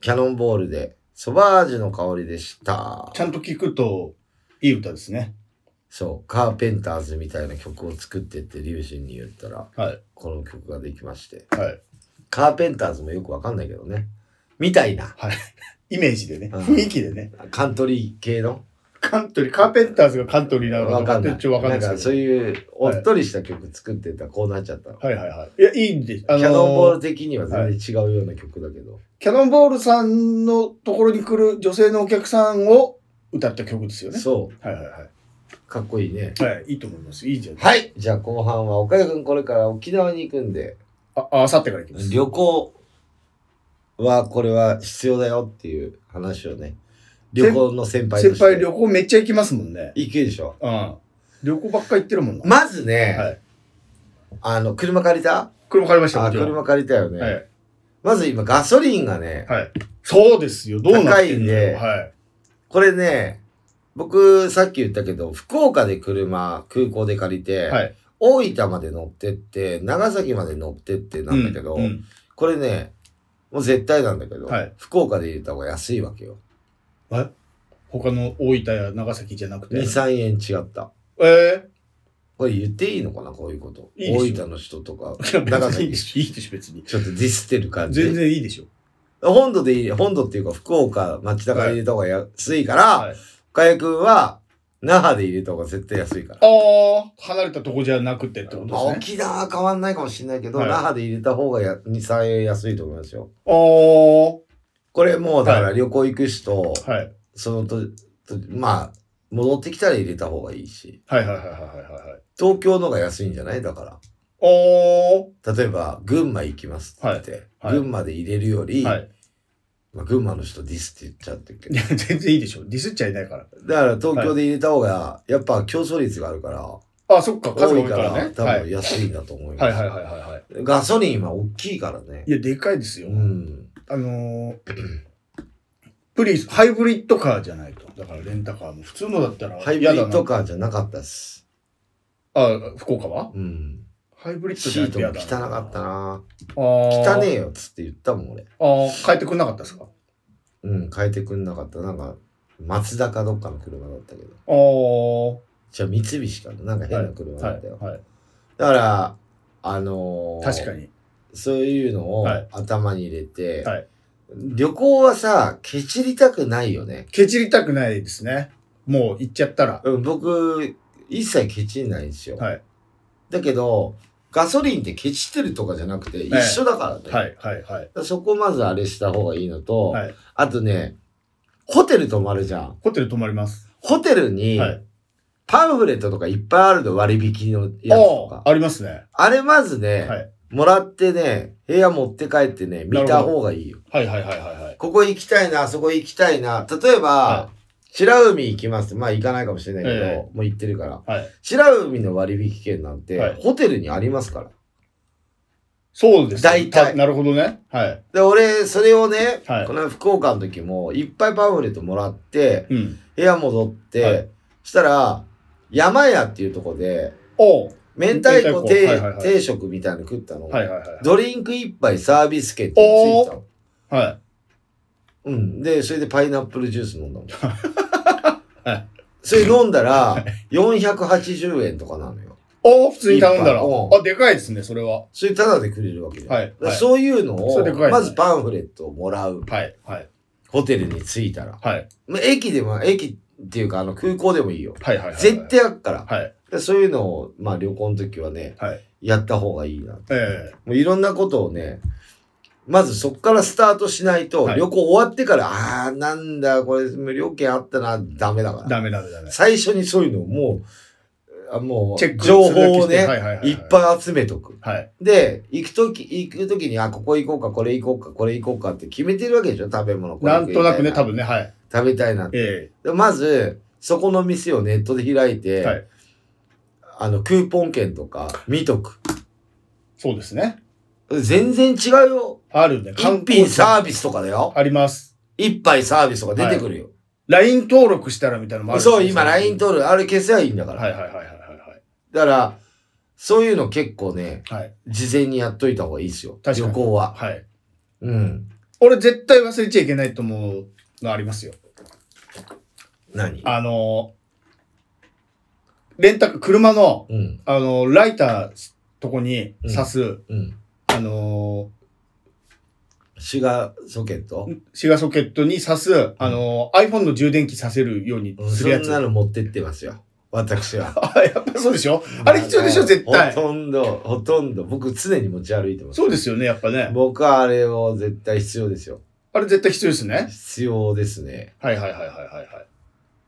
Speaker 1: キャノンボールで、ソバージュの香りでした
Speaker 2: ち。ゃんと聞くと、いい歌ですね。
Speaker 1: そう、カーペンターズみたいな曲を作ってって、リュウジンに言ったら、
Speaker 2: はい。
Speaker 1: この曲ができまして。
Speaker 2: はい。
Speaker 1: カーペンターズもよくわかんないけどね。みたいな。
Speaker 2: はい。イメージでね。
Speaker 1: うん
Speaker 2: 雰囲気でね。
Speaker 1: カントリー系の。
Speaker 2: カントリー、カーペンターズがカントリーなの
Speaker 1: わ
Speaker 2: か
Speaker 1: か
Speaker 2: どうんか
Speaker 1: ない。
Speaker 2: ってちょっとわかんない
Speaker 1: ん
Speaker 2: で
Speaker 1: か
Speaker 2: す
Speaker 1: そ
Speaker 2: け
Speaker 1: ういう、おっとりした曲作ってたらこうなっちゃったの。
Speaker 2: ど。はいはいはい。いや、いいんです。あの
Speaker 1: キャノンボー
Speaker 2: ー
Speaker 1: ル的には全然違うような曲だけど。
Speaker 2: キャノンボールさんのところに来る女性のお客さんを歌った曲ですよね。
Speaker 1: そ
Speaker 2: はいはいは
Speaker 1: う、かっこいいね。
Speaker 2: い。はい、いいと思います。いいじゃん。
Speaker 1: はい。じゃあ後半は岡田くんこれから沖縄に行くんで、
Speaker 2: あ、あさってから行きます。
Speaker 1: 旅行はこれは必要だよっていう話をね、旅行の先輩と
Speaker 2: 先
Speaker 1: して。
Speaker 2: 輩旅行めっちゃ行きますもんね。
Speaker 1: 行けるでしょ。
Speaker 2: うん。旅行ばっか行ってるもんな。
Speaker 1: まずね、
Speaker 2: はい
Speaker 1: あの、車借りた
Speaker 2: 車借りました
Speaker 1: あ、
Speaker 2: もちろん
Speaker 1: 車借りたよね。
Speaker 2: はい。
Speaker 1: まず今ガソリンがね、
Speaker 2: はい。そうですよ。どうなってんのよ。
Speaker 1: 高
Speaker 2: はい。
Speaker 1: これね、僕さっき言ったけど、福岡で車、空港で借りて、
Speaker 2: はい
Speaker 1: 大分まで乗ってって、長崎まで乗ってってなんだけど、
Speaker 2: うんうん
Speaker 1: これね、もう絶対なんだけど、
Speaker 2: はい
Speaker 1: 福岡で入れた方が安いわけよ。
Speaker 2: 他の大分や長崎じゃなくて
Speaker 1: 2、。3円違った。
Speaker 2: え
Speaker 1: これ言っていいのかなこういうこと。
Speaker 2: いいですよ
Speaker 1: 大分の人とか
Speaker 2: え。いや、
Speaker 1: 長
Speaker 2: 別にい
Speaker 1: 崎
Speaker 2: いで。しょ。いいでしょ、別に。
Speaker 1: ちょっとディスってる感じ。
Speaker 2: 全然いいでしょ。
Speaker 1: 本土でいい、本土っていうか福岡、町田から入れた方が安いから、
Speaker 2: はい
Speaker 1: 深谷くんは、那覇で入れた方が絶対安いから。
Speaker 2: ああ、離れたとこじゃなくてってことで
Speaker 1: まあ、
Speaker 2: すね。
Speaker 1: 沖縄は変わんないかもしれないけど、
Speaker 2: はい
Speaker 1: 那覇で入れた方がや2、3円安いと思いますよ。
Speaker 2: ああ
Speaker 1: これもうだか
Speaker 2: は
Speaker 1: ら旅行行く人、
Speaker 2: ー、はい。
Speaker 1: そのと、とまあ、戻ってきたら入れた方がいいし、
Speaker 2: はいはいはいはいはいはい。
Speaker 1: 東京のが安いんじゃないだか
Speaker 2: お
Speaker 1: ら。例えば、群馬行きますって言って、
Speaker 2: はいはい
Speaker 1: 群馬で入れるより、
Speaker 2: ー。はい。
Speaker 1: まあ、群馬の人ディスって言っちゃってるけ
Speaker 2: い
Speaker 1: ど
Speaker 2: や、全然いいでしょ。ディスっちゃいないから。
Speaker 1: だから東京で入れた方が、やっぱ競争率があるから、
Speaker 2: あ、そっか、数
Speaker 1: 多
Speaker 2: 多
Speaker 1: い
Speaker 2: いか
Speaker 1: から、
Speaker 2: らね。
Speaker 1: 多
Speaker 2: はい。
Speaker 1: 分安いんだと思います。
Speaker 2: はいはいはいはいはい。
Speaker 1: ガソリン今大きいからね。
Speaker 2: いや、でかいですよ。
Speaker 1: うん。
Speaker 2: あのー、プリウス、ハイブリッドカーじゃないと。だからレンタカーも普通のだったら
Speaker 1: ハイブリ
Speaker 2: 嫌だ
Speaker 1: ッ
Speaker 2: な。
Speaker 1: ドカーじゃなかったっす。
Speaker 2: あ、福岡は
Speaker 1: うん。
Speaker 2: ハイブリッドじ
Speaker 1: シ
Speaker 2: ゃな
Speaker 1: ー
Speaker 2: い
Speaker 1: ト
Speaker 2: と
Speaker 1: も
Speaker 2: 嫌
Speaker 1: 汚
Speaker 2: だ。
Speaker 1: かったな。
Speaker 2: あ
Speaker 1: 汚
Speaker 2: ー
Speaker 1: ねえよっつって言ったもん俺。
Speaker 2: あー変えてくんなかったですか
Speaker 1: うん、変えてくんなかった。なんか、松田かどっかの車だったけど。
Speaker 2: ああ。は
Speaker 1: じゃあ三菱かな。なんか変な車だったよ。
Speaker 2: い。はい。
Speaker 1: だから、あのー
Speaker 2: 確かに。
Speaker 1: そういうのを
Speaker 2: はい
Speaker 1: 頭に入れて、
Speaker 2: はい
Speaker 1: 旅行はさ、ケチりたくないよね。
Speaker 2: ケチりたくないですね。もう行っちゃったら。
Speaker 1: うん、僕、一切ケチんないんですよ。
Speaker 2: はい
Speaker 1: だけど、ガソリンってケチってるとかじゃなくて、一緒だからね。
Speaker 2: はいはいはい。
Speaker 1: そこまずあれした方がいいのと、
Speaker 2: はい
Speaker 1: あとね、ホテル泊まるじゃん。
Speaker 2: ホテル泊まります。
Speaker 1: ホテルに
Speaker 2: はい、
Speaker 1: パンフレットとかいっぱいあるの、割引のやつと
Speaker 2: あ
Speaker 1: か。
Speaker 2: あ、ありますね。
Speaker 1: あれまずね、
Speaker 2: はい
Speaker 1: もらってね、部屋持って帰ってね、見た方がいいよ。
Speaker 2: はいはいはいはいはい。
Speaker 1: ここ行きたいな、あそこ行きたいな。例えば、
Speaker 2: は
Speaker 1: 白海行きます。まあ行かないかもしれないけど、
Speaker 2: ええ
Speaker 1: もう行ってるから。
Speaker 2: はい。
Speaker 1: 白海の割引券なんて、
Speaker 2: はい
Speaker 1: ホテルにありますから。
Speaker 2: そうですね。
Speaker 1: 大体
Speaker 2: たなるほどね。はい。
Speaker 1: で、俺、それをね、
Speaker 2: はい
Speaker 1: この福岡の時も、いっぱいパンフレットもらって、
Speaker 2: うん。
Speaker 1: 部屋戻って、
Speaker 2: はい
Speaker 1: したら、山屋っていうとこで、
Speaker 2: おう
Speaker 1: 明太子
Speaker 2: 明太子
Speaker 1: 定,、
Speaker 2: はいはいはい
Speaker 1: 定食みたいなの食ったの、
Speaker 2: はいはいはい。
Speaker 1: ドリンク一杯サービス券ってついたの。
Speaker 2: は
Speaker 1: うん。で、それでパイナップルジュース飲んだもん。
Speaker 2: はい
Speaker 1: それ飲んだら、480円とかなのよ。
Speaker 2: い。おう普通に頼んだら。
Speaker 1: 一杯おう
Speaker 2: あ、でかいですね、それは。
Speaker 1: それタダでくれるわけじゃん。
Speaker 2: はい
Speaker 1: だから
Speaker 2: はい
Speaker 1: そういうのを
Speaker 2: それでかいね
Speaker 1: まずパンフレットをもらう。
Speaker 2: はい。はい。
Speaker 1: ホテルに着いたら。
Speaker 2: はい。
Speaker 1: まあ駅でも、駅っていうか、あの、空港でもいいよ。
Speaker 2: はいはいはいはい。
Speaker 1: 絶。対あっから。
Speaker 2: はい。
Speaker 1: でそういうのを、まあ、旅行の時はね、
Speaker 2: はい。
Speaker 1: やった方がいいな。
Speaker 2: え
Speaker 1: もういろんなことをね、まずそこからスタートしないと、
Speaker 2: はい
Speaker 1: 旅行終わってから、ああ、なんだ、これ無料券あったな、ダメだか
Speaker 2: え
Speaker 1: ら。
Speaker 2: ダメダメダメ。
Speaker 1: 最初にそういうのをもう、あも
Speaker 2: チェッ
Speaker 1: う、
Speaker 2: ク
Speaker 1: 情報
Speaker 2: す
Speaker 1: を
Speaker 2: るだけしては
Speaker 1: ね、
Speaker 2: いはいはい
Speaker 1: いっぱい集めとく。
Speaker 2: い。はい。
Speaker 1: で、行くとき、行くときに、あ、ここ行こうか、これ行こうか、これ行こうかって決めてるわけでしょ食べ物。これ
Speaker 2: な
Speaker 1: 食
Speaker 2: ん
Speaker 1: い
Speaker 2: と
Speaker 1: たい
Speaker 2: なくね、多分ね、はい。
Speaker 1: 食べたいなって。
Speaker 2: え
Speaker 1: でまず、そこの店をネットで開い
Speaker 2: え
Speaker 1: て、
Speaker 2: はい。
Speaker 1: あの、クーポン券とか見とく。
Speaker 2: そうですね。
Speaker 1: 全然違うよ。
Speaker 2: あるね。
Speaker 1: 一品サ
Speaker 2: ー
Speaker 1: ービスとかだよ。
Speaker 2: あります。
Speaker 1: 一杯サービスとか出てくるよ。
Speaker 2: LINE 登録したらみたいなのもあるんですよ
Speaker 1: そう、今 LINE 登録、あれ消せばいいんだから。
Speaker 2: はいはいはいはいはい
Speaker 1: だから、そういうの結構ね、
Speaker 2: はい。はい。
Speaker 1: 事前にやっといた方がいいですよ。
Speaker 2: 確か
Speaker 1: 旅
Speaker 2: に
Speaker 1: 行は。
Speaker 2: はい。
Speaker 1: うん。
Speaker 2: 俺絶対忘れちゃいけないと思うのありますよ。
Speaker 1: 何
Speaker 2: あの、レンタカー、車の、
Speaker 1: うん。
Speaker 2: あの、ライターとこに刺す、
Speaker 1: うん。
Speaker 2: あの、
Speaker 1: シガーソケット
Speaker 2: シガーソケットに刺す、あの、iPhone の充電器させるように
Speaker 1: うん
Speaker 2: す
Speaker 1: そ
Speaker 2: るや
Speaker 1: ん
Speaker 2: つ。
Speaker 1: なの持ってってますよ。私は。
Speaker 2: あ、やっぱそうでしょ あれ必要でしょ絶対
Speaker 1: ほ。とんど、ほとんど。僕常に持ち歩いてます。
Speaker 2: そうですよね、やっぱね。
Speaker 1: 僕はあれを絶対必要ですよ。
Speaker 2: あれ絶対必要ですね。
Speaker 1: 必要ですね。
Speaker 2: はいはいはいはいはいはい。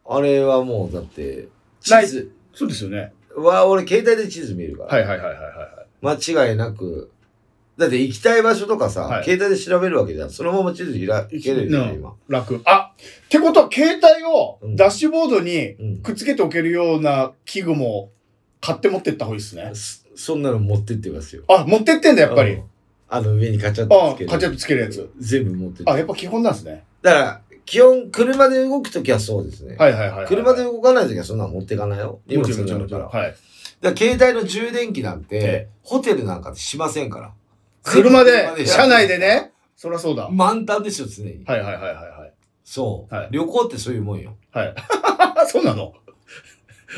Speaker 1: あれはもうだって、地
Speaker 2: ない
Speaker 1: 図
Speaker 2: そうですよね。
Speaker 1: は俺携帯で地図見るから。
Speaker 2: はいはいはいはいは
Speaker 1: 間違いなく。だって行きたい場所とかさ、
Speaker 2: はい
Speaker 1: 携帯で調べるわけじゃん。そのまま地図開
Speaker 2: い。
Speaker 1: けるじゃん、
Speaker 2: うん
Speaker 1: 今。
Speaker 2: 楽。あってことは、携帯を
Speaker 1: うん
Speaker 2: ダッシュボードに
Speaker 1: うん。
Speaker 2: くっつけておけるような器具も買って持ってった方がいいですね。
Speaker 1: そそんなの持ってってますよ。
Speaker 2: あ、持ってってんだ、やっぱり。
Speaker 1: うん。あの上にカチャッと
Speaker 2: あ
Speaker 1: つける。
Speaker 2: カチャッとつけるやつ。
Speaker 1: 全部持ってって。
Speaker 2: あ、やっぱ基本なんですね。
Speaker 1: だから、基本、車で動くときはそうですね。
Speaker 2: はいはいはいはい。
Speaker 1: 車で動かないときはそんなの持っていかないよ。荷
Speaker 2: も
Speaker 1: 物
Speaker 2: ちろん
Speaker 1: に
Speaker 2: もち
Speaker 1: な
Speaker 2: ろ
Speaker 1: る
Speaker 2: んもち
Speaker 1: か
Speaker 2: ろ
Speaker 1: ら。
Speaker 2: ん。
Speaker 1: だか
Speaker 2: はい。
Speaker 1: ら携帯の充電器なんて
Speaker 2: え、
Speaker 1: ホテルなんかでしませんから。
Speaker 2: 車
Speaker 1: 車
Speaker 2: で、
Speaker 1: で
Speaker 2: 車内でね。そりゃそうだ。はい
Speaker 1: 満タンですよ、常に。
Speaker 2: はいはいはいはい。
Speaker 1: そう、
Speaker 2: はい
Speaker 1: 旅行ってそういうもんよ。
Speaker 2: はい。そう なの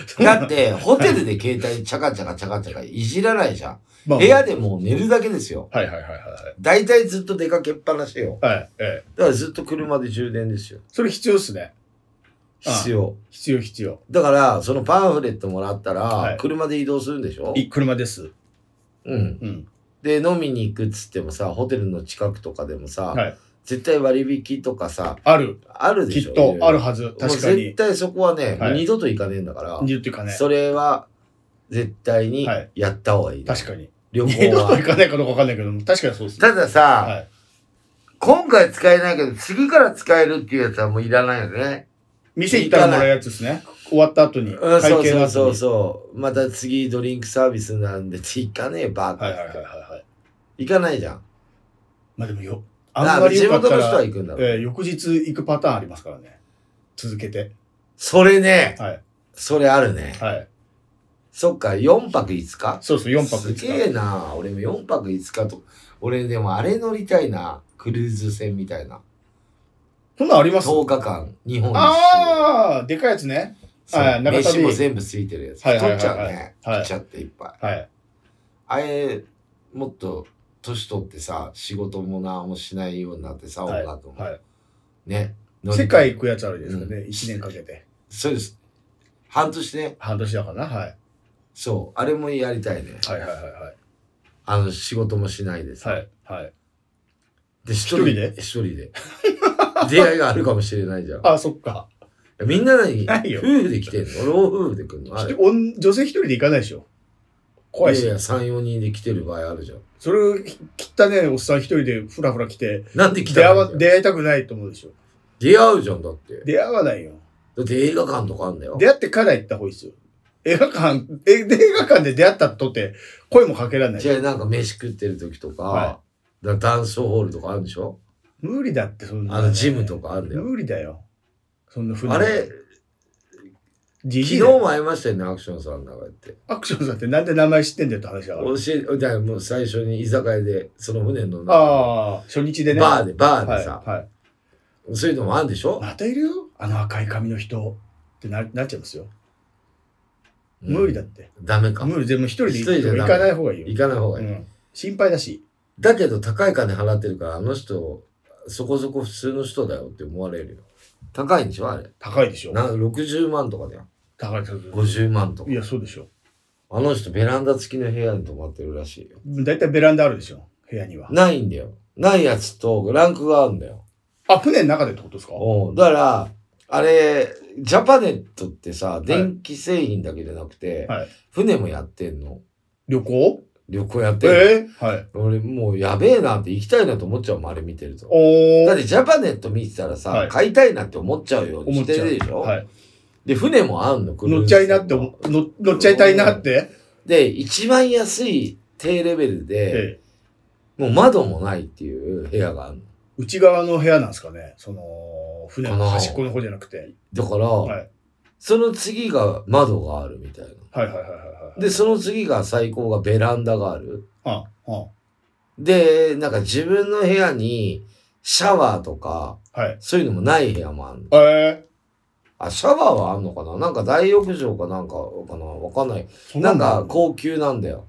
Speaker 2: そうな
Speaker 1: だっ
Speaker 2: の
Speaker 1: て、ホテルで携帯チャカチャカチャカチャカいじらないじゃん。
Speaker 2: まあ
Speaker 1: 部屋でもう寝るだけですよ。
Speaker 2: はいはいはいはいはい。
Speaker 1: 大体ずっと出かけっぱなしよ。
Speaker 2: はい。ええ。
Speaker 1: だからずっと車で充電ですよ。
Speaker 2: それ必要ですね。ああ
Speaker 1: 必要。
Speaker 2: 必要必要。
Speaker 1: だから、そのパンフレットもらったら、
Speaker 2: はい
Speaker 1: 車で移動するんでしょ
Speaker 2: い、車です。
Speaker 1: うん。
Speaker 2: うん。
Speaker 1: で、飲みに行くっつってもさ、ホテルの近くとかでもさ、
Speaker 2: はい。
Speaker 1: 絶対割引とかさ、
Speaker 2: ある。
Speaker 1: あるで
Speaker 2: き
Speaker 1: しょ
Speaker 2: っとある
Speaker 1: は
Speaker 2: はず。確か
Speaker 1: 絶
Speaker 2: に。
Speaker 1: 対そこはね、
Speaker 2: はい
Speaker 1: 二度と行かねえんだから、
Speaker 2: 言っていうかね。
Speaker 1: それは絶対に
Speaker 2: はい
Speaker 1: やった方がいい、
Speaker 2: 確かに。
Speaker 1: 旅
Speaker 2: 二
Speaker 1: 行
Speaker 2: 度と行
Speaker 1: は。
Speaker 2: かないかどうかわかんないけども、確かにそうですね。
Speaker 1: たださ、
Speaker 2: はい。
Speaker 1: 今回使えないけど、次から使えるっていうやつはもういらないよね。
Speaker 2: 店行ったらもらうやつですね。終わった後に。
Speaker 1: うん、
Speaker 2: 会
Speaker 1: そう
Speaker 2: 計
Speaker 1: そう
Speaker 2: の
Speaker 1: そ
Speaker 2: 後
Speaker 1: う
Speaker 2: に。
Speaker 1: そう。また次ドリンクサービスなんで、行かねえバーカ
Speaker 2: はいはいはいはいはい。
Speaker 1: 行かないじゃん。
Speaker 2: まあでもよ、あ
Speaker 1: あ
Speaker 2: んまり
Speaker 1: 地
Speaker 2: よか
Speaker 1: 元
Speaker 2: った
Speaker 1: の人
Speaker 2: ら
Speaker 1: は、行くんだろう。
Speaker 2: えー翌日行くパターンありますからね。続けて。
Speaker 1: それね、
Speaker 2: はい。
Speaker 1: それあるね。
Speaker 2: はい。
Speaker 1: そっか、4泊5日
Speaker 2: そうそう、4泊
Speaker 1: す
Speaker 2: 5
Speaker 1: げえ
Speaker 2: 日。
Speaker 1: な俺も4泊5日と。俺でもあれ乗りたいな。クルーズ船みたいな。
Speaker 2: そんなんあります
Speaker 1: 10日間、日本一
Speaker 2: ああでかいやつね。
Speaker 1: 周。
Speaker 2: はい
Speaker 1: そう
Speaker 2: 中旅
Speaker 1: 飯も全部ついてるやつ。
Speaker 2: はいは
Speaker 1: 取っ
Speaker 2: いはいはい
Speaker 1: ちゃうね。
Speaker 2: はい
Speaker 1: 取っちゃっていっぱい。
Speaker 2: はい。
Speaker 1: あれ、もっと年取ってさ、仕事も何もしないようになってさ、
Speaker 2: はい
Speaker 1: 音楽も。
Speaker 2: はい。
Speaker 1: ね。
Speaker 2: 世界行くやつあるじゃないですか
Speaker 1: う
Speaker 2: ね。1年かけて。
Speaker 1: そうです。半年ね。
Speaker 2: 半年だからな。はい。
Speaker 1: そう。あれもやりたいね。
Speaker 2: はいはいはいはい。
Speaker 1: あの、仕事もしないでさ。
Speaker 2: はい。はい。
Speaker 1: で、一
Speaker 2: 人で
Speaker 1: 一人で。出会いがあるかもしれないじゃん。
Speaker 2: あ、そっか。
Speaker 1: みんな何
Speaker 2: な
Speaker 1: 夫
Speaker 2: いよ
Speaker 1: 婦で来てんの俺も夫婦で来んのあれ
Speaker 2: ひとおん女性一人で行かないでしょ。怖い
Speaker 1: いやい
Speaker 2: し
Speaker 1: や、。3、4人で来てる場合あるじゃん。
Speaker 2: それを切ったね、おっさん一人でふらふら来て、
Speaker 1: なんで来
Speaker 2: 出
Speaker 1: た
Speaker 2: 会
Speaker 1: の
Speaker 2: わ出会いたくないと思うでしょ。
Speaker 1: 出会うじゃん、だって。
Speaker 2: 出会わないよ。
Speaker 1: だって映画館とかあんだよ。
Speaker 2: 出会ってから行った方がいいですよ。映画館、え、映画館で出会ったとて、声もかけられない。
Speaker 1: じゃあなんか飯食ってる時とか、
Speaker 2: は
Speaker 1: だからダンスホールとかあるんでしょ
Speaker 2: 無理だって、そんな、
Speaker 1: あのジムとかあるんだよ。
Speaker 2: 無理だよ。そんなふ
Speaker 1: あれ、昨
Speaker 2: じじ
Speaker 1: 日
Speaker 2: いだよ
Speaker 1: も会いましたよね、アクションさんなんかやって。
Speaker 2: アクションさんってなんで名前知ってんだよって話だから
Speaker 1: 教。え、だからもう最初に居酒屋で、その船の中
Speaker 2: ああ、初日
Speaker 1: で、
Speaker 2: でね。
Speaker 1: バーで、バー
Speaker 2: は
Speaker 1: で
Speaker 2: い、
Speaker 1: さ、
Speaker 2: はい。
Speaker 1: そういうのもあるんでしょ、
Speaker 2: またいるよあの赤い髪の人ってななっちゃいますよ。
Speaker 1: うん
Speaker 2: 無理だって。
Speaker 1: ダメか。
Speaker 2: 無理、でも一人で
Speaker 1: 一
Speaker 2: 行
Speaker 1: 人じゃダメ
Speaker 2: 行かない方がいいよ。
Speaker 1: 行かない方がいい。
Speaker 2: うん心配だし。
Speaker 1: だけど高い金払ってるから、あの人、そこそこ普通の人だよって思われるよ。高いんでしょあれ。
Speaker 2: 高いでしょ。
Speaker 1: な60万とかだよ。
Speaker 2: 高い。い
Speaker 1: 50万とか。
Speaker 2: や、そうでしょ。
Speaker 1: あの人、ベランダ付きの部屋に泊まってるらしいよ。
Speaker 2: だいたいベランダあるでしょ。部屋には。
Speaker 1: ないんだよ。ないやつとランクがあるんだよ。
Speaker 2: あ、船の中でってことですか
Speaker 1: うん。だから、あれ、ジャパネットってさ、電気製品だけじゃなくて、
Speaker 2: はい
Speaker 1: 船もやってんの。
Speaker 2: 旅行
Speaker 1: 旅行やってんの。
Speaker 2: ええはい。
Speaker 1: 俺、もうやべえなって行きたいなと思っちゃうもん、あれ見てると。
Speaker 2: お
Speaker 1: だっ
Speaker 2: ー。
Speaker 1: てジャパネット見てたらさ、
Speaker 2: はい
Speaker 1: 買いたいなって思っちゃうように
Speaker 2: 思っ
Speaker 1: し
Speaker 2: ち
Speaker 1: て
Speaker 2: ゃう。
Speaker 1: るでしょ、
Speaker 2: はい。
Speaker 1: で、船もあんの、クル
Speaker 2: 乗っ
Speaker 1: ーズ
Speaker 2: ちゃいなって思、乗乗っちゃいたいなって。
Speaker 1: で、一番安い低レベルで、
Speaker 2: ええ。
Speaker 1: もう窓もないっていう部屋があるの。
Speaker 2: 内側の部屋なんですかね。その、船の端っこの方じゃなくて。
Speaker 1: だから、
Speaker 2: はい
Speaker 1: その次が窓があるみたいな。
Speaker 2: はいはいはいはいはい。
Speaker 1: で、その次が最高がベランダがある。
Speaker 2: あ、あ、
Speaker 1: で、なんか自分の部屋にシャワーとか、
Speaker 2: はい。
Speaker 1: そういうのもない部屋もあるの。
Speaker 2: え
Speaker 1: あ、シャワーはあんのかななんか大浴場かなんかかなわかんない。
Speaker 2: ー、そ
Speaker 1: なん
Speaker 2: のあ
Speaker 1: か
Speaker 2: るの
Speaker 1: 高級なんだよ。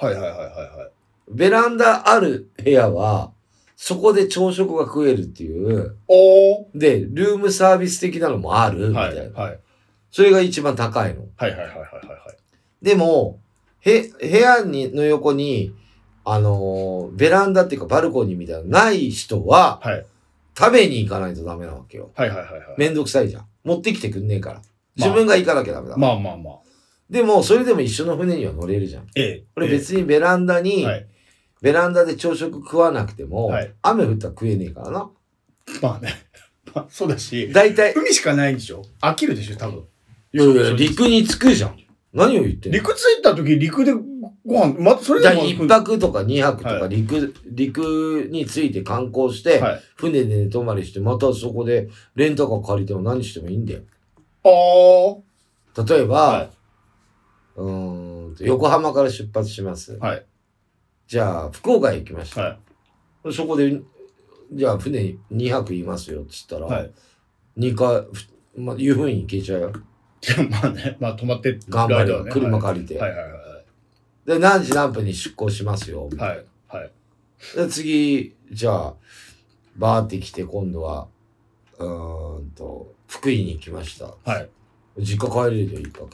Speaker 2: はいはいはいはいはい。
Speaker 1: ベランダある部屋は、そこで朝食が食えるっていう。
Speaker 2: おー。
Speaker 1: で、ルームサービス的なのもあるみた
Speaker 2: はいい
Speaker 1: な。
Speaker 2: はいはい
Speaker 1: それが一番高いの。
Speaker 2: はいはいはいはい。
Speaker 1: でも、へ、部屋に、の横に、あのーベランダっていうかバルコニーみたいなのない人は、
Speaker 2: はい
Speaker 1: 食べに行かないとダメなわけよ。
Speaker 2: はいはいはいはい。
Speaker 1: めんどくさいじゃん。持ってきてくんねえから。自分が行かなきゃダメだ。
Speaker 2: まあまあまあ。
Speaker 1: でも、それでも一緒の船には乗れるじゃん。
Speaker 2: ええ。
Speaker 1: 俺別にベランダ
Speaker 2: ええ
Speaker 1: に、
Speaker 2: はい。
Speaker 1: ベランダで朝食食わなくても、
Speaker 2: はい
Speaker 1: 雨降ったら食えねえからな。
Speaker 2: まあね。 まあそうだし。
Speaker 1: 大体、
Speaker 2: 海しかないんでしょ飽きるでしょ多分。
Speaker 1: いやいや、陸に着くじゃん。何を言ってんの
Speaker 2: 陸着いた時、陸でご飯、ま、それ
Speaker 1: じゃ
Speaker 2: で
Speaker 1: あ
Speaker 2: も
Speaker 1: 一泊とか二泊とか
Speaker 2: は
Speaker 1: 陸、陸について観光して、
Speaker 2: はい
Speaker 1: 船で寝泊まりして、またそこでレンタカー借りても何してもいいんだよ。
Speaker 2: あー。
Speaker 1: 例えば、
Speaker 2: は
Speaker 1: うーんと横浜から出発します。
Speaker 2: はい
Speaker 1: じゃあ、福岡へ行きました。
Speaker 2: は
Speaker 1: そこで、じゃあ船2泊いますよっつった
Speaker 2: い。
Speaker 1: ら、
Speaker 2: はい。
Speaker 1: 二回、ふまあ、いうふうに行けちゃうよ。
Speaker 2: いやまあね。まあ泊まって、
Speaker 1: 頑張
Speaker 2: ライ
Speaker 1: れ
Speaker 2: ド
Speaker 1: ば、
Speaker 2: はね
Speaker 1: 車借りて、
Speaker 2: はいはいはい
Speaker 1: で、何時何分に出港しますよ。みたいな
Speaker 2: はい。はい。はい。
Speaker 1: で次、じゃあ、バーって来て、今度は、うーんと、福井に行きました。
Speaker 2: はい。
Speaker 1: 実家帰れるよ、一泊。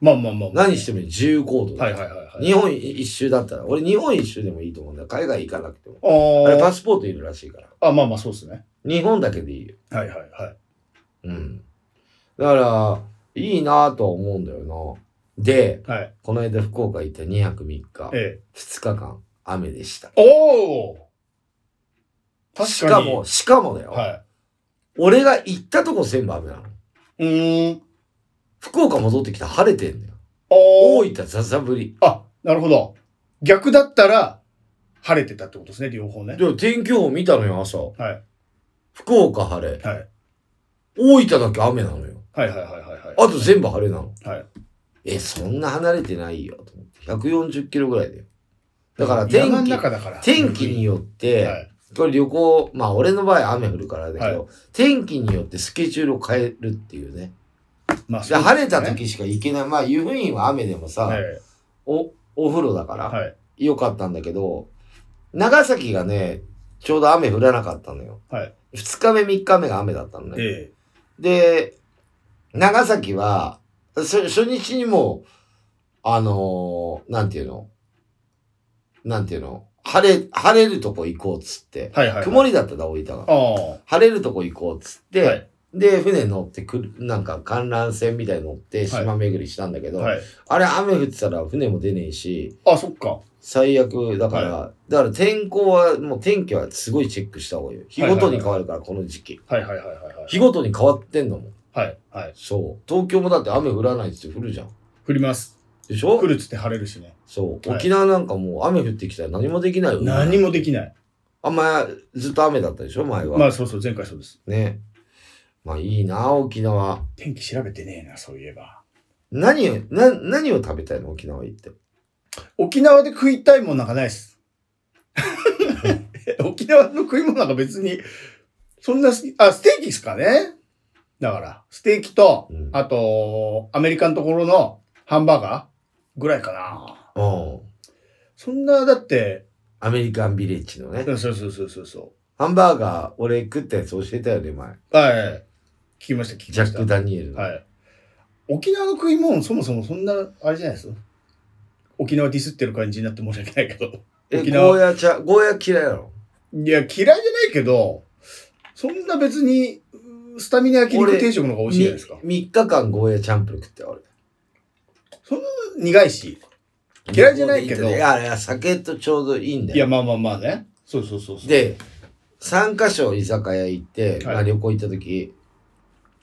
Speaker 2: まあまあまあ。
Speaker 1: 何してもいい、自由行動だ
Speaker 2: はいはいはいはい。
Speaker 1: 日本一周だったら、俺日本一周でもいいと思うんだよ。海外行かなくても。あれ
Speaker 2: あ
Speaker 1: パスポートいるらしいから。
Speaker 2: あ。あ、まあまあそうですね。
Speaker 1: 日本だけでいいよ。
Speaker 2: はいはいはい。
Speaker 1: うん。だから、いいなぁとは思うんだよな。で、
Speaker 2: はい。
Speaker 1: この間福岡行った2泊3日、
Speaker 2: ええ。
Speaker 1: 2日間雨でした。
Speaker 2: おお確かに。
Speaker 1: しかも、しかもだよ、
Speaker 2: は
Speaker 1: 俺が行ったとこ全部雨なの。
Speaker 2: い。うーん。
Speaker 1: 福岡戻ってきたら晴れてんだよ。大
Speaker 2: おお
Speaker 1: 分ざざぶり。
Speaker 2: あ、なるほど。逆だったら、晴れてたってことですね、両方ね。
Speaker 1: でも天気予報見たのよ、朝。
Speaker 2: はい。
Speaker 1: 福岡晴れ。
Speaker 2: はい。
Speaker 1: 大分だけ雨なのよ。
Speaker 2: はいはいはいはいはい。
Speaker 1: あと全部晴れなの。
Speaker 2: はい
Speaker 1: え、そんな離れてないよ。と思って140キロぐらいだよ。だから天
Speaker 2: 山の
Speaker 1: 気、
Speaker 2: 中だから。
Speaker 1: 天気によっ
Speaker 2: は
Speaker 1: て、
Speaker 2: い。
Speaker 1: これ旅行、まあ俺の場合雨降るからだけど、
Speaker 2: は
Speaker 1: 天気によってスケジュールを変えるっていうね。
Speaker 2: まあ
Speaker 1: じゃ晴れた
Speaker 2: そうですね
Speaker 1: 時しか行けない。まあ湯布院は雨でもさ、
Speaker 2: え
Speaker 1: お、お風呂だから、
Speaker 2: えはい。
Speaker 1: 良かったんだけど、長崎がね、ちょうど雨降らなかったのよ。
Speaker 2: はい
Speaker 1: 2日目、3日目が雨だったのね。
Speaker 2: え
Speaker 1: で、長崎は、そ初日にもう、あのーなんていうのなんていうの晴れ、晴れるとこ行こうっつって
Speaker 2: え。。はいはいはい。
Speaker 1: 曇
Speaker 2: り。
Speaker 1: りだったな、大分が。
Speaker 2: ああ。
Speaker 1: 晴れるとこ行こうっつって、
Speaker 2: はい
Speaker 1: で、船乗ってくる、なんか観覧船みたいに乗って島巡りしたんだけど、
Speaker 2: はい。
Speaker 1: あれ雨降ってたら船も出ねえし、
Speaker 2: あ、そっか。
Speaker 1: 最悪だから、だから天候はもう天気はすごいチェックした方がいいよ日ごとに変わるからこの時期、
Speaker 2: はいはいはいはいはい。
Speaker 1: 日ごとに変わってんのもん
Speaker 2: はい。はい。
Speaker 1: そう東京もだって雨降らないっつって降るじゃん
Speaker 2: 降ります。
Speaker 1: でしょ
Speaker 2: 降るっつって晴れるしね。
Speaker 1: そう
Speaker 2: はい
Speaker 1: 沖縄なんかもう雨降ってきたら何もできないよ
Speaker 2: 何もできない。
Speaker 1: あんまずっと雨だったでしょ前は、
Speaker 2: まあそうそう、前回そうです。
Speaker 1: ねまあいいな沖縄
Speaker 2: 天気調べてねえな、そういえば。
Speaker 1: 何をな何を食べたいの沖縄行って
Speaker 2: 沖縄で食いたいもんなんかないっす。 沖縄の食い物なんか別に、そんな好き、あ、ステーキっすかねだから、ステーキと、
Speaker 1: うん
Speaker 2: あと、アメリカのところのハンバーガーぐらいかな。
Speaker 1: うん
Speaker 2: そんな、だって、
Speaker 1: アメリカンビレッジのね
Speaker 2: そうそうそうそうそ
Speaker 1: ハンバーガー俺食ったやつ教えたよね前
Speaker 2: う。はい。聞きました、聞き
Speaker 1: ジャ
Speaker 2: まし
Speaker 1: ッ
Speaker 2: た。
Speaker 1: ク・ダニエルの、
Speaker 2: はい。沖縄の食い物、そもそもそんな、あれじゃないです沖縄ディスってる感じになって申し訳ないけど。
Speaker 1: え
Speaker 2: 沖縄
Speaker 1: ゴーヤちゃゴーヤ嫌いなの
Speaker 2: いや、嫌いじゃないけど、そんな別に、うースタミナ焼肉定食の方が美味しいじゃないですか。
Speaker 1: 3日間ゴーヤチャンプル食って俺
Speaker 2: 苦いし。嫌いじゃないけど
Speaker 1: いやいや酒とちょうどいいんだ
Speaker 2: いや、
Speaker 1: よ
Speaker 2: まあまあまあね。そうそうそうそう。、
Speaker 1: で3カ所居酒屋行って、
Speaker 2: はい
Speaker 1: まあ、旅行行った時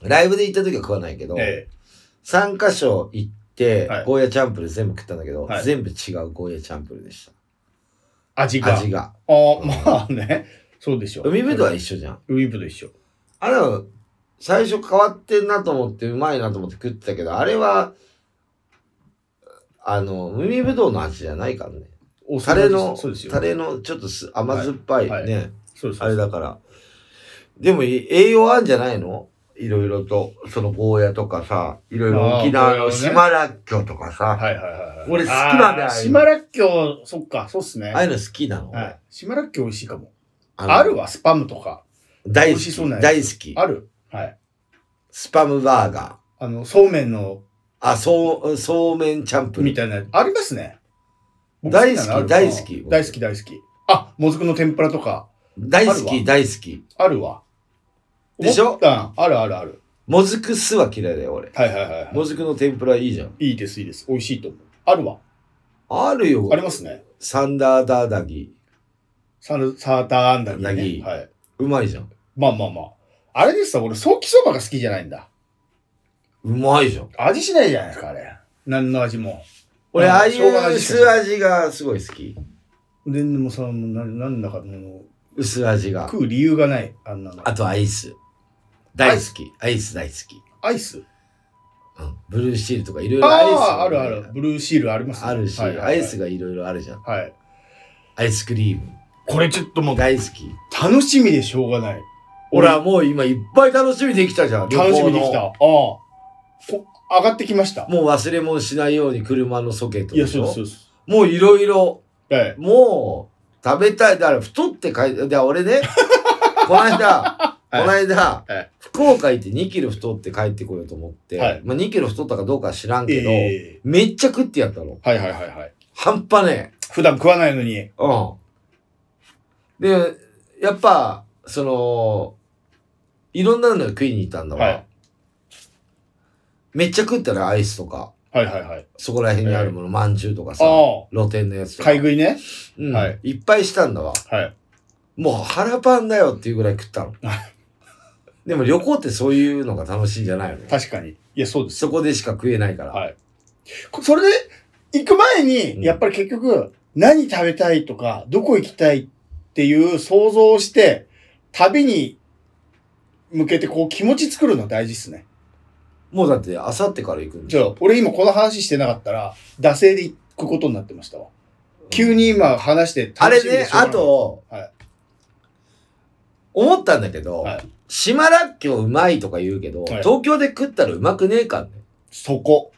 Speaker 1: ライブで行った時は食わないけど、
Speaker 2: え
Speaker 1: 三3カ所行って、
Speaker 2: はい
Speaker 1: ゴーヤチャンプル全部食ったんだけど、
Speaker 2: はい
Speaker 1: 全部違うゴーヤチャンプルでし
Speaker 2: え、味
Speaker 1: た
Speaker 2: が。
Speaker 1: 味が
Speaker 2: ああ、まあね。そうでしょう。
Speaker 1: 海ぶどうは
Speaker 2: 一緒。
Speaker 1: 一緒じゃん
Speaker 2: 海ぶどう一緒。
Speaker 1: あれは最初変わってんなと思ってうまいなと思って食ってたけどあれはあの海ぶどうの味じゃないからね
Speaker 2: お
Speaker 1: タレの、
Speaker 2: そうですよ。
Speaker 1: タレのちょっとす甘酸っぱいね、
Speaker 2: はいはそうそ
Speaker 1: あ
Speaker 2: う
Speaker 1: れ
Speaker 2: そう。
Speaker 1: だから。でもい栄養あるんじゃないのいろいろと。そのゴーヤとかさ、いろいろ
Speaker 2: あー
Speaker 1: 沖縄
Speaker 2: ゴーヤ
Speaker 1: の
Speaker 2: をね
Speaker 1: 島らっきょうとかさ、
Speaker 2: はいはいはいはい。
Speaker 1: 俺好きなんだよ
Speaker 2: あー
Speaker 1: ああいうの
Speaker 2: 島らっきょう、そっか、そうっすね。
Speaker 1: ああ
Speaker 2: はいいう
Speaker 1: の好きなの、。
Speaker 2: 島らっきょう美味しいかも。
Speaker 1: あの
Speaker 2: あるわ、スパムとか。
Speaker 1: 大
Speaker 2: 美
Speaker 1: 好
Speaker 2: 味しそう
Speaker 1: き
Speaker 2: な。やつ
Speaker 1: 大好き。
Speaker 2: あるはい。
Speaker 1: スパムバーガー。
Speaker 2: あの、そうめんの、
Speaker 1: あ、そう、そうめんチャンプル
Speaker 2: み
Speaker 1: ー。
Speaker 2: たいな、ありますね。僕
Speaker 1: 大好き
Speaker 2: なのあるわ
Speaker 1: 大好き
Speaker 2: 大好き、大好き。あ、もずくの天ぷらとか、
Speaker 1: 大好
Speaker 2: ある
Speaker 1: き、
Speaker 2: わ
Speaker 1: 大好き。
Speaker 2: あるわ。
Speaker 1: でしょ
Speaker 2: 思ったあるあるある。
Speaker 1: もずく酢は嫌いだよ、俺。
Speaker 2: はいはいはいは
Speaker 1: もずくの天ぷらいいじゃん。
Speaker 2: い。いいです、いいです。美味しいと思う。あるわ。
Speaker 1: あるよ。
Speaker 2: ありますね。
Speaker 1: サンダーダーダギ。
Speaker 2: サルサーターアンダギー、
Speaker 1: ダギー
Speaker 2: ね。はい。
Speaker 1: うまいじゃん。
Speaker 2: まあまあまあ。あれですよ、俺、ソーキそばが好きじゃないんだ。
Speaker 1: うまいじゃん。
Speaker 2: 味しないじゃないですか、あれ。何の味も。
Speaker 1: 俺、
Speaker 2: うん
Speaker 1: ああい
Speaker 2: 生姜の
Speaker 1: う
Speaker 2: 味しかし
Speaker 1: 薄味がすごい好き。
Speaker 2: でもさ、もうななんだかもう、
Speaker 1: 薄味が。
Speaker 2: 食う理由がない、あんなの。
Speaker 1: あとアイス。大好き。アイス大好き。
Speaker 2: アイス
Speaker 1: うんブルーシールとかいろい
Speaker 2: あ
Speaker 1: ろアイス
Speaker 2: あ、
Speaker 1: が
Speaker 2: あるある。。ブルーシールありますね、
Speaker 1: あるし、
Speaker 2: はいはいは
Speaker 1: ア
Speaker 2: い
Speaker 1: イスがいろいろあるじゃん。
Speaker 2: はい。
Speaker 1: アイスクリーム。
Speaker 2: これちょっともう、
Speaker 1: 大好き。
Speaker 2: 楽しみでしょうがない。
Speaker 1: 俺はもう今いっぱい楽しみできたじゃん。旅行の
Speaker 2: 楽しみできた。ああ。こ上がってきました。
Speaker 1: もう忘れ物しないように車のソケット
Speaker 2: いや、
Speaker 1: でし
Speaker 2: そう
Speaker 1: ょ
Speaker 2: です、そうです。
Speaker 1: もういろいろ、
Speaker 2: はい。
Speaker 1: もう食べたい。だから太って書いて、で俺ね、 この間、この間、
Speaker 2: はい
Speaker 1: 福岡行って2キロ太って帰ってこようと思って、
Speaker 2: はい
Speaker 1: まあ2キロ太ったかどうかは知らんけど、
Speaker 2: え
Speaker 1: めっちゃ食ってやったの。
Speaker 2: ーはいはいはいはい。
Speaker 1: 半端ね
Speaker 2: 普段食わないのに
Speaker 1: え。。うん。で、やっぱ、その、いろんなの食いに行ったんだわ。
Speaker 2: はい
Speaker 1: めっちゃ食ったらアイスとか、
Speaker 2: はいはいはい。
Speaker 1: そこら辺にあるもの、まんじゅうとかさ、
Speaker 2: あ
Speaker 1: 露店のやつと
Speaker 2: あ。
Speaker 1: か
Speaker 2: 買い。食いね。
Speaker 1: うん。
Speaker 2: はい
Speaker 1: っぱいしたんだわ。
Speaker 2: はい。
Speaker 1: もう腹パンだよっていうぐらい食ったの。でも旅行ってそういうのが楽しいんじゃないの
Speaker 2: 確かに。いや、そうです。
Speaker 1: そこでしか食えないから。
Speaker 2: はいこそれで、行く前
Speaker 1: うん
Speaker 2: に、やっぱり結局、何食べたいとか、どこ行きたいっていう想像をして、旅に向けてこう気持ち作るの大事っすね。
Speaker 1: もうだって、あさってから行くんで
Speaker 2: じゃあ、俺今この話してなかったら、惰性で行くことになってましたわ。急に今話して
Speaker 1: あ
Speaker 2: 楽
Speaker 1: れ
Speaker 2: しみで
Speaker 1: ね
Speaker 2: し、ょうが
Speaker 1: あ
Speaker 2: ない、
Speaker 1: と、
Speaker 2: はい
Speaker 1: 思ったんだけど、
Speaker 2: はい
Speaker 1: 島らっきょううまいとか言うけど、
Speaker 2: はい
Speaker 1: 東京で食ったらうまくねえかんね。
Speaker 2: そこ。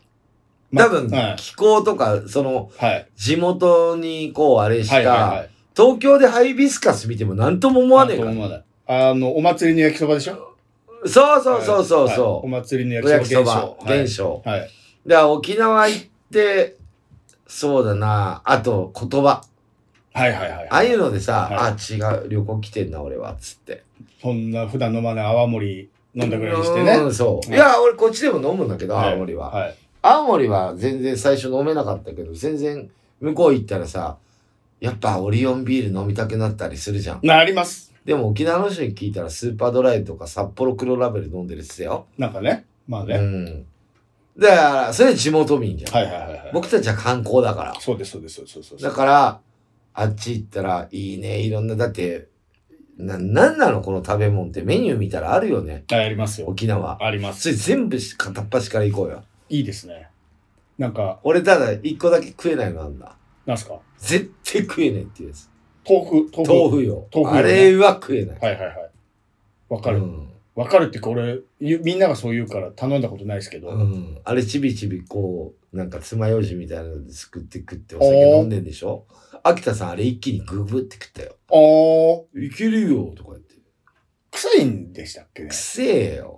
Speaker 2: ま
Speaker 1: 多分、
Speaker 2: はい。
Speaker 1: 気候とか、その、
Speaker 2: はい。
Speaker 1: 地元にこうあれした、
Speaker 2: はい。はい。
Speaker 1: 東京でハイビスカス見ても何とも思わねえか
Speaker 2: あ
Speaker 1: ら
Speaker 2: と。思わないあの、お祭りの焼きそばでしょ
Speaker 1: そうそうそうそうそ
Speaker 2: はいお祭りの
Speaker 1: う。お焼
Speaker 2: 焼
Speaker 1: き
Speaker 2: き
Speaker 1: そ
Speaker 2: そ
Speaker 1: ば
Speaker 2: ば、
Speaker 1: 現
Speaker 2: 現
Speaker 1: 象。
Speaker 2: 象。はい。はい。
Speaker 1: で、沖縄行って、そうだな、あと言葉。
Speaker 2: はいはいはい。
Speaker 1: ああいうのでさ、
Speaker 2: は
Speaker 1: あ、違う、旅行来てんな、俺は、つって。
Speaker 2: そんな普段飲まない泡盛飲んだぐらいにしてね。
Speaker 1: うん、そう。い、
Speaker 2: はい
Speaker 1: や、俺こっちでも飲むんだけど、
Speaker 2: はい
Speaker 1: 青森は。
Speaker 2: はい。
Speaker 1: 青森は全然最初飲めなかったけど、全然向こう行ったらさ、やっぱオリオンビール飲みたくなったりするじゃん。
Speaker 2: なあります。
Speaker 1: でも沖縄の人に聞いたらスーパードライとか札幌黒ラベル飲んでるっすよ。
Speaker 2: なんかね。まあね。
Speaker 1: うん。だから、それ地元民じゃん。
Speaker 2: はいはいはいはい。
Speaker 1: 僕たちは観光だから。
Speaker 2: そうですそうですそうですそうです。
Speaker 1: だから、あっち行ったら、いいね、いろんな、だって、な、なんなのこの食べ物ってメニュー見たらあるよね、
Speaker 2: はいありますよ。
Speaker 1: 沖縄。
Speaker 2: あります。
Speaker 1: それ全部し片っ端から行こうよ。
Speaker 2: いいですね。なんか、
Speaker 1: 俺ただ一個だけ食えないのあんだ。
Speaker 2: なんすか
Speaker 1: 絶対食えねえっていうやつ。
Speaker 2: 豆腐、豆腐。
Speaker 1: 豆腐よ。
Speaker 2: 豆腐
Speaker 1: あ
Speaker 2: よね
Speaker 1: れは食えない。
Speaker 2: はいはいはい。わか
Speaker 1: う
Speaker 2: る。
Speaker 1: ん。
Speaker 2: わかるっていうか俺、ゆみんながそう言うから頼んだことないですけど。
Speaker 1: うん。あれちびちびこう、なんか爪楊枝みたいなのですくって食ってお酒飲んでんでしょ秋田さんあれ一気にググって食ったよ。
Speaker 2: あー、
Speaker 1: いけるよとか言って。
Speaker 2: 臭いんでしたっけね
Speaker 1: く。せえよ。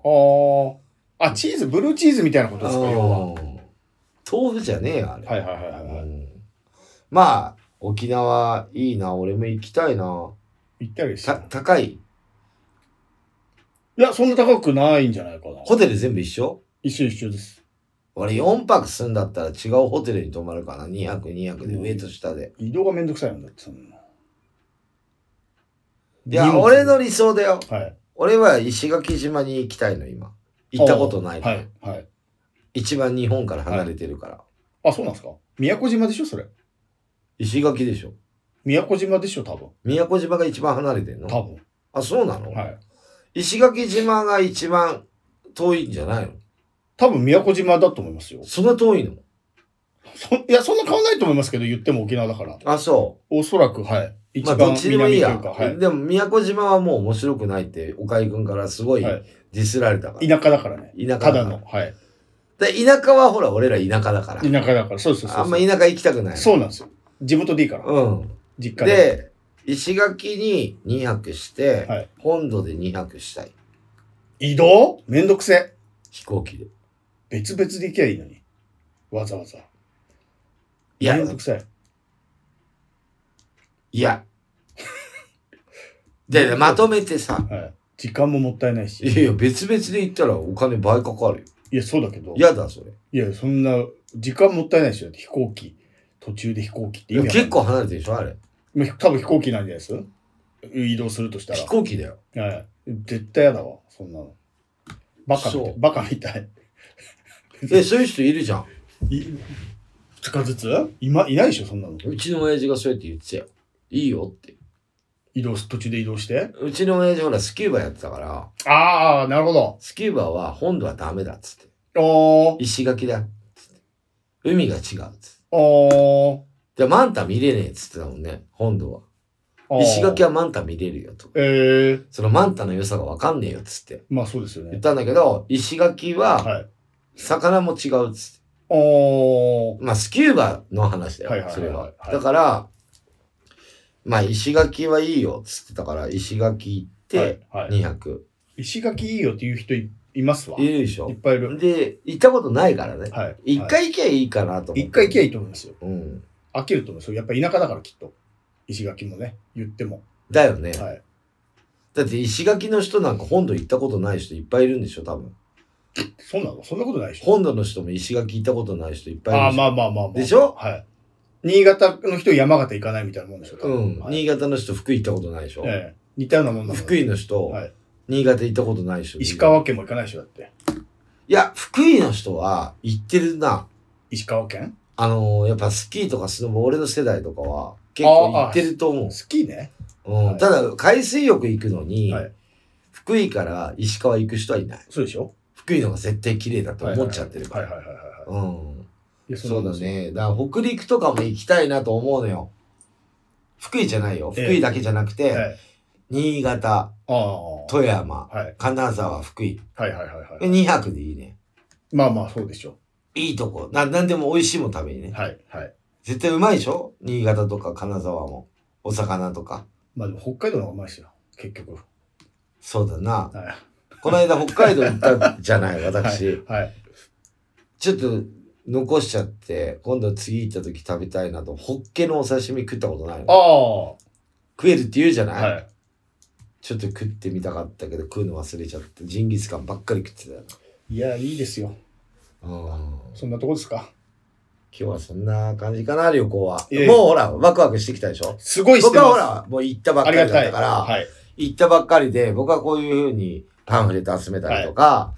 Speaker 2: あー。あ、チーズ、ブルーチーズみたいなことですか要は。
Speaker 1: うん豆腐じゃねえよ、あれ。
Speaker 2: はいはいはいはいは
Speaker 1: う
Speaker 2: い。
Speaker 1: んまあ、沖縄いいな、俺も行きたいな。、
Speaker 2: 行ったりしたた。
Speaker 1: 高い。
Speaker 2: いや、そんな高くないんじゃないかな。
Speaker 1: ホテル全部一緒
Speaker 2: 一緒一緒です。
Speaker 1: 俺4泊すんだったら違うホテルに泊まるかな。2泊2泊で
Speaker 2: うん
Speaker 1: 上と下で。
Speaker 2: 移動がめんどくさいんだって、そんな。
Speaker 1: いや、俺の理想だよ。
Speaker 2: はい。
Speaker 1: 俺は石垣島に行きたいの、今。行ったことない。
Speaker 2: はい。はい。
Speaker 1: 一番日本から離れてるから。
Speaker 2: あ、そうなんですか宮古島でしょそれ。
Speaker 1: 石垣でしょ。
Speaker 2: 宮古島でしょ多分。
Speaker 1: 宮古島が一番離れてんの
Speaker 2: 多分。
Speaker 1: あ、そうなの、
Speaker 2: はい。
Speaker 1: 石垣島が一番遠いんじゃないの
Speaker 2: 多分宮古島だと思いますよ。
Speaker 1: そんな遠いの
Speaker 2: そいや、そんな変わんないと思いますけど、言っても沖縄だから。
Speaker 1: あ、そ
Speaker 2: おそらく、はい。
Speaker 1: う。
Speaker 2: 一
Speaker 1: まあ、
Speaker 2: 番
Speaker 1: どっちでもいいや。
Speaker 2: 南というか、はい。
Speaker 1: でも、宮古島はもう面白くないって、岡井くんからすごい
Speaker 2: は
Speaker 1: デ
Speaker 2: い
Speaker 1: ィスられたから。
Speaker 2: 田舎だからね。
Speaker 1: 田舎
Speaker 2: た
Speaker 1: だ
Speaker 2: だ
Speaker 1: から
Speaker 2: の。はい。
Speaker 1: で田舎はほら、俺ら田舎だから。
Speaker 2: 田舎だから。そうそうそうそう。
Speaker 1: あんま田舎行きたくない。
Speaker 2: そうなんですよ。地元でいいから。
Speaker 1: うん。
Speaker 2: 実家で。
Speaker 1: で、石垣に2泊して、
Speaker 2: はい
Speaker 1: 本土で2泊したい。
Speaker 2: 移動めんどくせ。
Speaker 1: 飛行機で。
Speaker 2: 別々で行きゃいいのに。わざわざ。
Speaker 1: いや
Speaker 2: めん、どくさい。
Speaker 1: いや。で、でまとめてさ、
Speaker 2: はい。時間ももったいないし。
Speaker 1: いやいや、別々で行ったらお金倍かかるよ。
Speaker 2: いや、そうだけど。いや、
Speaker 1: 嫌だ、それ。
Speaker 2: そんな、時間もったいないでしょ。だって飛行機。途中で飛行機って意味わかんない
Speaker 1: 結。構離れてるでしょ、あれ。
Speaker 2: まあ多分飛行機なんじゃないです移動するとした
Speaker 1: 飛行機だよ。
Speaker 2: ら。はい。絶対やだわ、そんなの。バカみた
Speaker 1: そ。
Speaker 2: いうバカみたい。
Speaker 1: え、そういう人いるじゃん。
Speaker 2: い二日ずつ今、いないでしょ、そんなの。
Speaker 1: うちの親父がそうやって言ってたよ。いいよって。
Speaker 2: 移動す、途中で移動して。
Speaker 1: うちの親父ほら、スキューバやってたから、
Speaker 2: ああ、なるほど。
Speaker 1: スキューバは本土はダメだっつって。
Speaker 2: おー、
Speaker 1: 石垣だっつって。海が違うっつって。
Speaker 2: おー
Speaker 1: で、マンタ見れねえっつってたもんね、本土は。
Speaker 2: あー。
Speaker 1: 石垣はマンタ見れるよと。
Speaker 2: ええー、
Speaker 1: そのマンタの良さがわかんねえよっつって
Speaker 2: まあそうですよ
Speaker 1: 言
Speaker 2: ね
Speaker 1: っ。たんだけど、石垣は
Speaker 2: はい。
Speaker 1: 魚も違うっつって。
Speaker 2: おー、
Speaker 1: まあスキューバの話だよ、
Speaker 2: はいはいはい
Speaker 1: それは。
Speaker 2: はい
Speaker 1: だから、まあ石垣はいいよっつってたから、石垣行って
Speaker 2: はいはい、
Speaker 1: 200。
Speaker 2: 石垣いいよっていう人いいますわ。
Speaker 1: い
Speaker 2: い
Speaker 1: るでしょ
Speaker 2: っ。ぱいいる。
Speaker 1: で、行ったことないからね。
Speaker 2: はい。
Speaker 1: 一
Speaker 2: はい
Speaker 1: 回行けばいいかなと思って。
Speaker 2: 一回行きゃいいと思いますよ。
Speaker 1: うん。
Speaker 2: 飽きると思いますよ。やっぱ田舎だからきっと。石垣もね、言っても。
Speaker 1: だよね。
Speaker 2: はい。
Speaker 1: だって石垣の人なんか本土行ったことない人いっぱいいるんでしょ、多分。
Speaker 2: そうなのそんなことないでしょ
Speaker 1: 本土の人も石垣行ったことない人いっぱいいる
Speaker 2: ああ、
Speaker 1: でしょ
Speaker 2: まあまあまあまあ。
Speaker 1: でしょ
Speaker 2: はい。新潟の人山形行かないみたいなもんでしょ
Speaker 1: う
Speaker 2: 多分
Speaker 1: ん、
Speaker 2: はい
Speaker 1: 新潟の人福井行ったことないでしょ、
Speaker 2: ええ似たようなもんなの
Speaker 1: 福井の人、
Speaker 2: はい
Speaker 1: 新潟行ったことないでしょ
Speaker 2: 石川県も行かないでしょだって。
Speaker 1: いや福井の人は行ってるな
Speaker 2: 石川県
Speaker 1: あのーやっぱスキーとかスノボ俺の世代とかは結構行ってると思う、
Speaker 2: スキーね。
Speaker 1: うん
Speaker 2: はい
Speaker 1: ただ海水浴行くのに、
Speaker 2: はい
Speaker 1: 福井から石川行く人はいない
Speaker 2: そうでしょ
Speaker 1: 福井の方が絶対綺麗だと思っちゃってるか
Speaker 2: はい
Speaker 1: ら
Speaker 2: はいはいはいはいは
Speaker 1: うん
Speaker 2: い。いや
Speaker 1: そうだ。
Speaker 2: んなもんですよ
Speaker 1: ねだから北陸とかも行きたいなと思うのよ福井じゃないよ福
Speaker 2: ええ
Speaker 1: 井だけじゃなくて、
Speaker 2: はい。
Speaker 1: 新潟
Speaker 2: ああ。
Speaker 1: 富山
Speaker 2: はい。
Speaker 1: 金沢福井
Speaker 2: はいはいはいはい。
Speaker 1: 200でいいね。
Speaker 2: まあまあ、そうでしょ
Speaker 1: いいとこ。な、なんでも美味しいもん食べにね。
Speaker 2: はいはい。
Speaker 1: 絶対うまいでしょ新潟とか金沢も。お魚とか。
Speaker 2: まあでも北海道の方がうまいですよ。結局。
Speaker 1: そうだな。
Speaker 2: はい。
Speaker 1: この間北海道行ったじゃない、私。
Speaker 2: はい。
Speaker 1: ちょっと残しちゃって、今度次行った時食べたいなと。ホッケのお刺身食ったことない
Speaker 2: あ
Speaker 1: の。
Speaker 2: あ。は
Speaker 1: 食えるって言うじゃない、
Speaker 2: い。
Speaker 1: ちょっと食ってみたかったけど、食うの忘れちゃって、ジンギスカンばっかり食ってたよ。
Speaker 2: いや、いいですよ。
Speaker 1: うん
Speaker 2: そんなとこですか
Speaker 1: 今日はそんな感じかな、旅行は。
Speaker 2: いえいえ
Speaker 1: もうほら、ワクワクしてきたでしょ
Speaker 2: すごいして
Speaker 1: 僕
Speaker 2: ます。
Speaker 1: はほら、もう行ったばっ
Speaker 2: あ
Speaker 1: か
Speaker 2: り
Speaker 1: り
Speaker 2: が
Speaker 1: だったた
Speaker 2: い。
Speaker 1: から、
Speaker 2: はい。
Speaker 1: 行ったばっかりで、僕はこういうふうにパンフレット集めたりとか、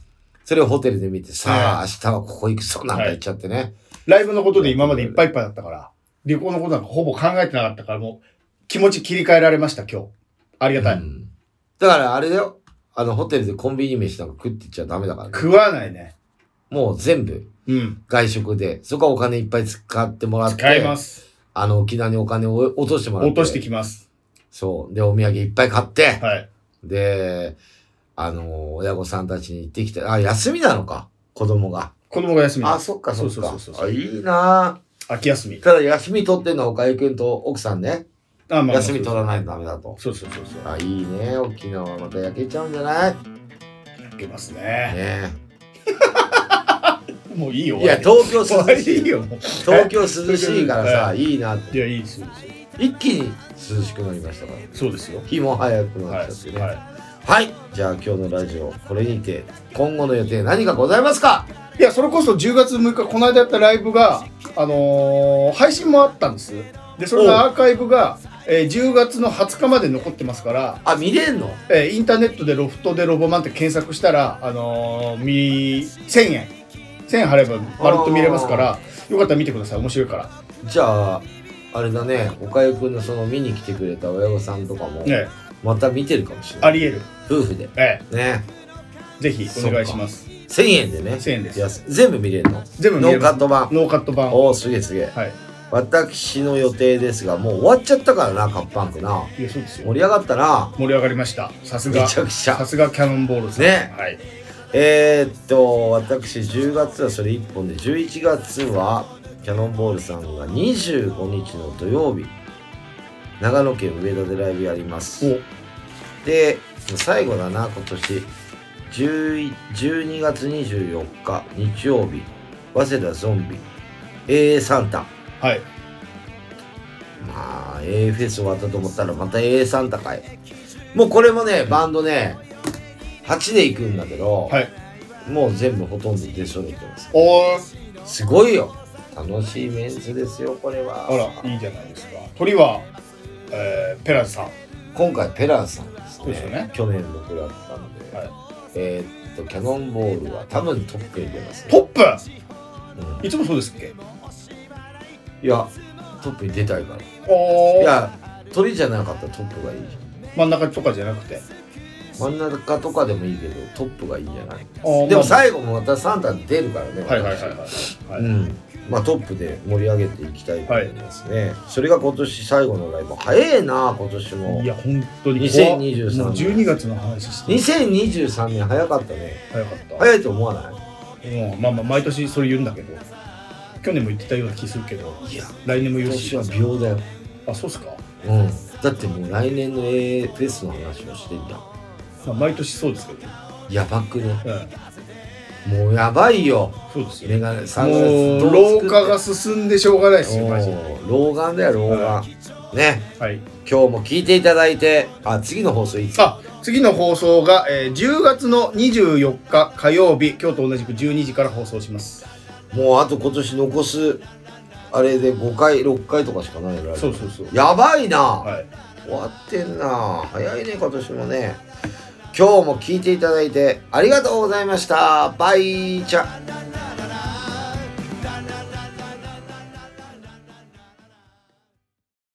Speaker 1: それをホテルで見て、さあ、明日はここ行くぞなんか言っちゃってね。
Speaker 2: ライブのことで今までいっぱいいっぱいだったから、旅行のことなんかほぼ考えてなかったから、もう気持ち切り替えられました、今日。ありがたい。
Speaker 1: うんだからあれだよ。あの、ホテルでコンビニ飯なんか食ってっちゃダメだからね、
Speaker 2: 食わないね。
Speaker 1: もう全部
Speaker 2: うん。
Speaker 1: 外食で、そこはお金いっぱい使ってもらって、
Speaker 2: 使います。
Speaker 1: あの、沖縄にお金を落としてもらって。
Speaker 2: 落としてきます。
Speaker 1: そう。で、お土産いっぱい買って、
Speaker 2: はい。
Speaker 1: で、あの、親御さんたちに行ってきて、あ、休みなのか、子供が。
Speaker 2: 子供が休み。
Speaker 1: あ、そっかそっか。
Speaker 2: そうそうそうそう
Speaker 1: あ、いいなぁ。
Speaker 2: 秋休み。
Speaker 1: ただ休み取ってんのは岡井くんと奥さんね。
Speaker 2: あ、ま
Speaker 1: 休み取らないとダメだと。
Speaker 2: そうそうそうそう。
Speaker 1: あ、いいね。沖縄また焼けちゃうんじゃないね
Speaker 2: いけますね。
Speaker 1: え。
Speaker 2: もういいよ。
Speaker 1: いや、
Speaker 2: 終わ
Speaker 1: 東京
Speaker 2: り終わ
Speaker 1: 涼
Speaker 2: り
Speaker 1: し
Speaker 2: でいい
Speaker 1: い。
Speaker 2: よ。もう
Speaker 1: 東京涼しいからさ、
Speaker 2: はい
Speaker 1: いなと。
Speaker 2: いや、いいですよ。
Speaker 1: 一気に涼しくなりましたから。
Speaker 2: そうですよ。
Speaker 1: 日も早くな
Speaker 2: は
Speaker 1: っちゃって
Speaker 2: い。
Speaker 1: ね。
Speaker 2: は
Speaker 1: はい。じゃあ今日のラジオ、これにて、今後の予定何かございますか
Speaker 2: い。いや、それこそ10月6日、この間やったライブが、あのー配信もあったんです。で、それのアーカイブが、えー10月の20日まで残ってますから、
Speaker 1: あ、見れんの
Speaker 2: えーインターネットでロフトでロボマンって検索したら、あのー、み1000円1000円払えばまるっと見れますからよかったら見てください面白いから
Speaker 1: じゃあ、あれだね。岡井くんのその見に来てくれた親御さんとかも、
Speaker 2: ね
Speaker 1: また見てるかもしれな
Speaker 2: あ
Speaker 1: い。
Speaker 2: りえる
Speaker 1: 夫婦で。
Speaker 2: え
Speaker 1: ね。
Speaker 2: えぜひお願いします
Speaker 1: 1000円でね。
Speaker 2: 1000円です
Speaker 1: いや全部見れるの
Speaker 2: 全部見
Speaker 1: ノ
Speaker 2: れ
Speaker 1: ーカ
Speaker 2: ます
Speaker 1: ット版。
Speaker 2: ノーカット版。は
Speaker 1: おお、すげえすげえ。
Speaker 2: い。
Speaker 1: 私の予定ですが、もう終わっちゃったからな、カッパンクな。
Speaker 2: いや、そうです
Speaker 1: 盛
Speaker 2: よ。
Speaker 1: り上がったな。
Speaker 2: 盛り上がりました。さす
Speaker 1: め
Speaker 2: が。
Speaker 1: ちゃくち
Speaker 2: さ
Speaker 1: ゃ。
Speaker 2: すがキャノンボールさん。
Speaker 1: ね
Speaker 2: はい。
Speaker 1: えー、っと、私10月はそれ1本で、11月はキャノンボールさんが25日の土曜日、長野県上田でライブやります。で、最後だな、今年。10 12月24日、日曜日、早稲田ゾンビ、AA サンタ。
Speaker 2: おはい。
Speaker 1: まあ、AA フェス終わったと思ったら、また AA サンタかい。もうこれもね、バンドね、8で行くんだけど、
Speaker 2: はい。
Speaker 1: もう全部ほとんど出揃えてます。
Speaker 2: おー。
Speaker 1: すごいよ楽しいメンツですよ、これは。
Speaker 2: あら、いいじゃないですか。鳥は、えー、ペラズさん。
Speaker 1: 今回ペランさんです
Speaker 2: そう
Speaker 1: ね
Speaker 2: ですよね
Speaker 1: 去年僕だったので、
Speaker 2: はい
Speaker 1: えーっとキャノンボールは多分トップに出ます、ね、
Speaker 2: トップ
Speaker 1: うん
Speaker 2: いつもそうですっけ
Speaker 1: いやトップに出たいからい
Speaker 2: おー。
Speaker 1: や鳥じゃなかったらトップがいいじゃ
Speaker 2: 真ん中とかじゃなくて。
Speaker 1: ん真ん中とかでもいいけどトップがいいんじゃない
Speaker 2: おー
Speaker 1: でも
Speaker 2: まあ
Speaker 1: 最後もまたサンタ出るからね
Speaker 2: はいはいはいはいはい。
Speaker 1: う
Speaker 2: はい
Speaker 1: んまあ、トップで盛り上げていきたいと思いますね、それが今年最後のライブ早えな今年も
Speaker 2: いや、本当に怖っ。
Speaker 1: 2023年
Speaker 2: もう12月の話して
Speaker 1: 2023年早かったね
Speaker 2: 早かった。
Speaker 1: 早いと思わない
Speaker 2: うん、まあまあ、毎年それ言うんだけど。去年も言ってたような気するけど、
Speaker 1: いや
Speaker 2: 来年も言
Speaker 1: 今
Speaker 2: う
Speaker 1: 年
Speaker 2: し
Speaker 1: は。秒だよ
Speaker 2: あ、そうっすか、
Speaker 1: うん、だってもう来年の AA フェスの話をしてんだ
Speaker 2: まあ、毎年そうですけど。
Speaker 1: やばくね
Speaker 2: うん。
Speaker 1: もうやばいよ
Speaker 2: そうですよ。
Speaker 1: メガネサングラ
Speaker 2: も
Speaker 1: ス
Speaker 2: う、
Speaker 1: ど
Speaker 2: 老
Speaker 1: う作って
Speaker 2: 化が進んでしょうがないですよ、マジで。
Speaker 1: おー老眼だよ老眼ね
Speaker 2: はい。
Speaker 1: 今日も聞いていただいてあ次の放送いつ
Speaker 4: あ次の放送が、えー10月の24日火曜日今日と同じく12時から放送します
Speaker 1: もうあと今年残すあれで5回6回とかしかないら
Speaker 2: そうそうそう。
Speaker 1: やばいな、
Speaker 2: はい。
Speaker 1: 終わってんな早いね今年もね今日も聞いていただいてありがとうございましたバイチ
Speaker 5: 「
Speaker 1: ャ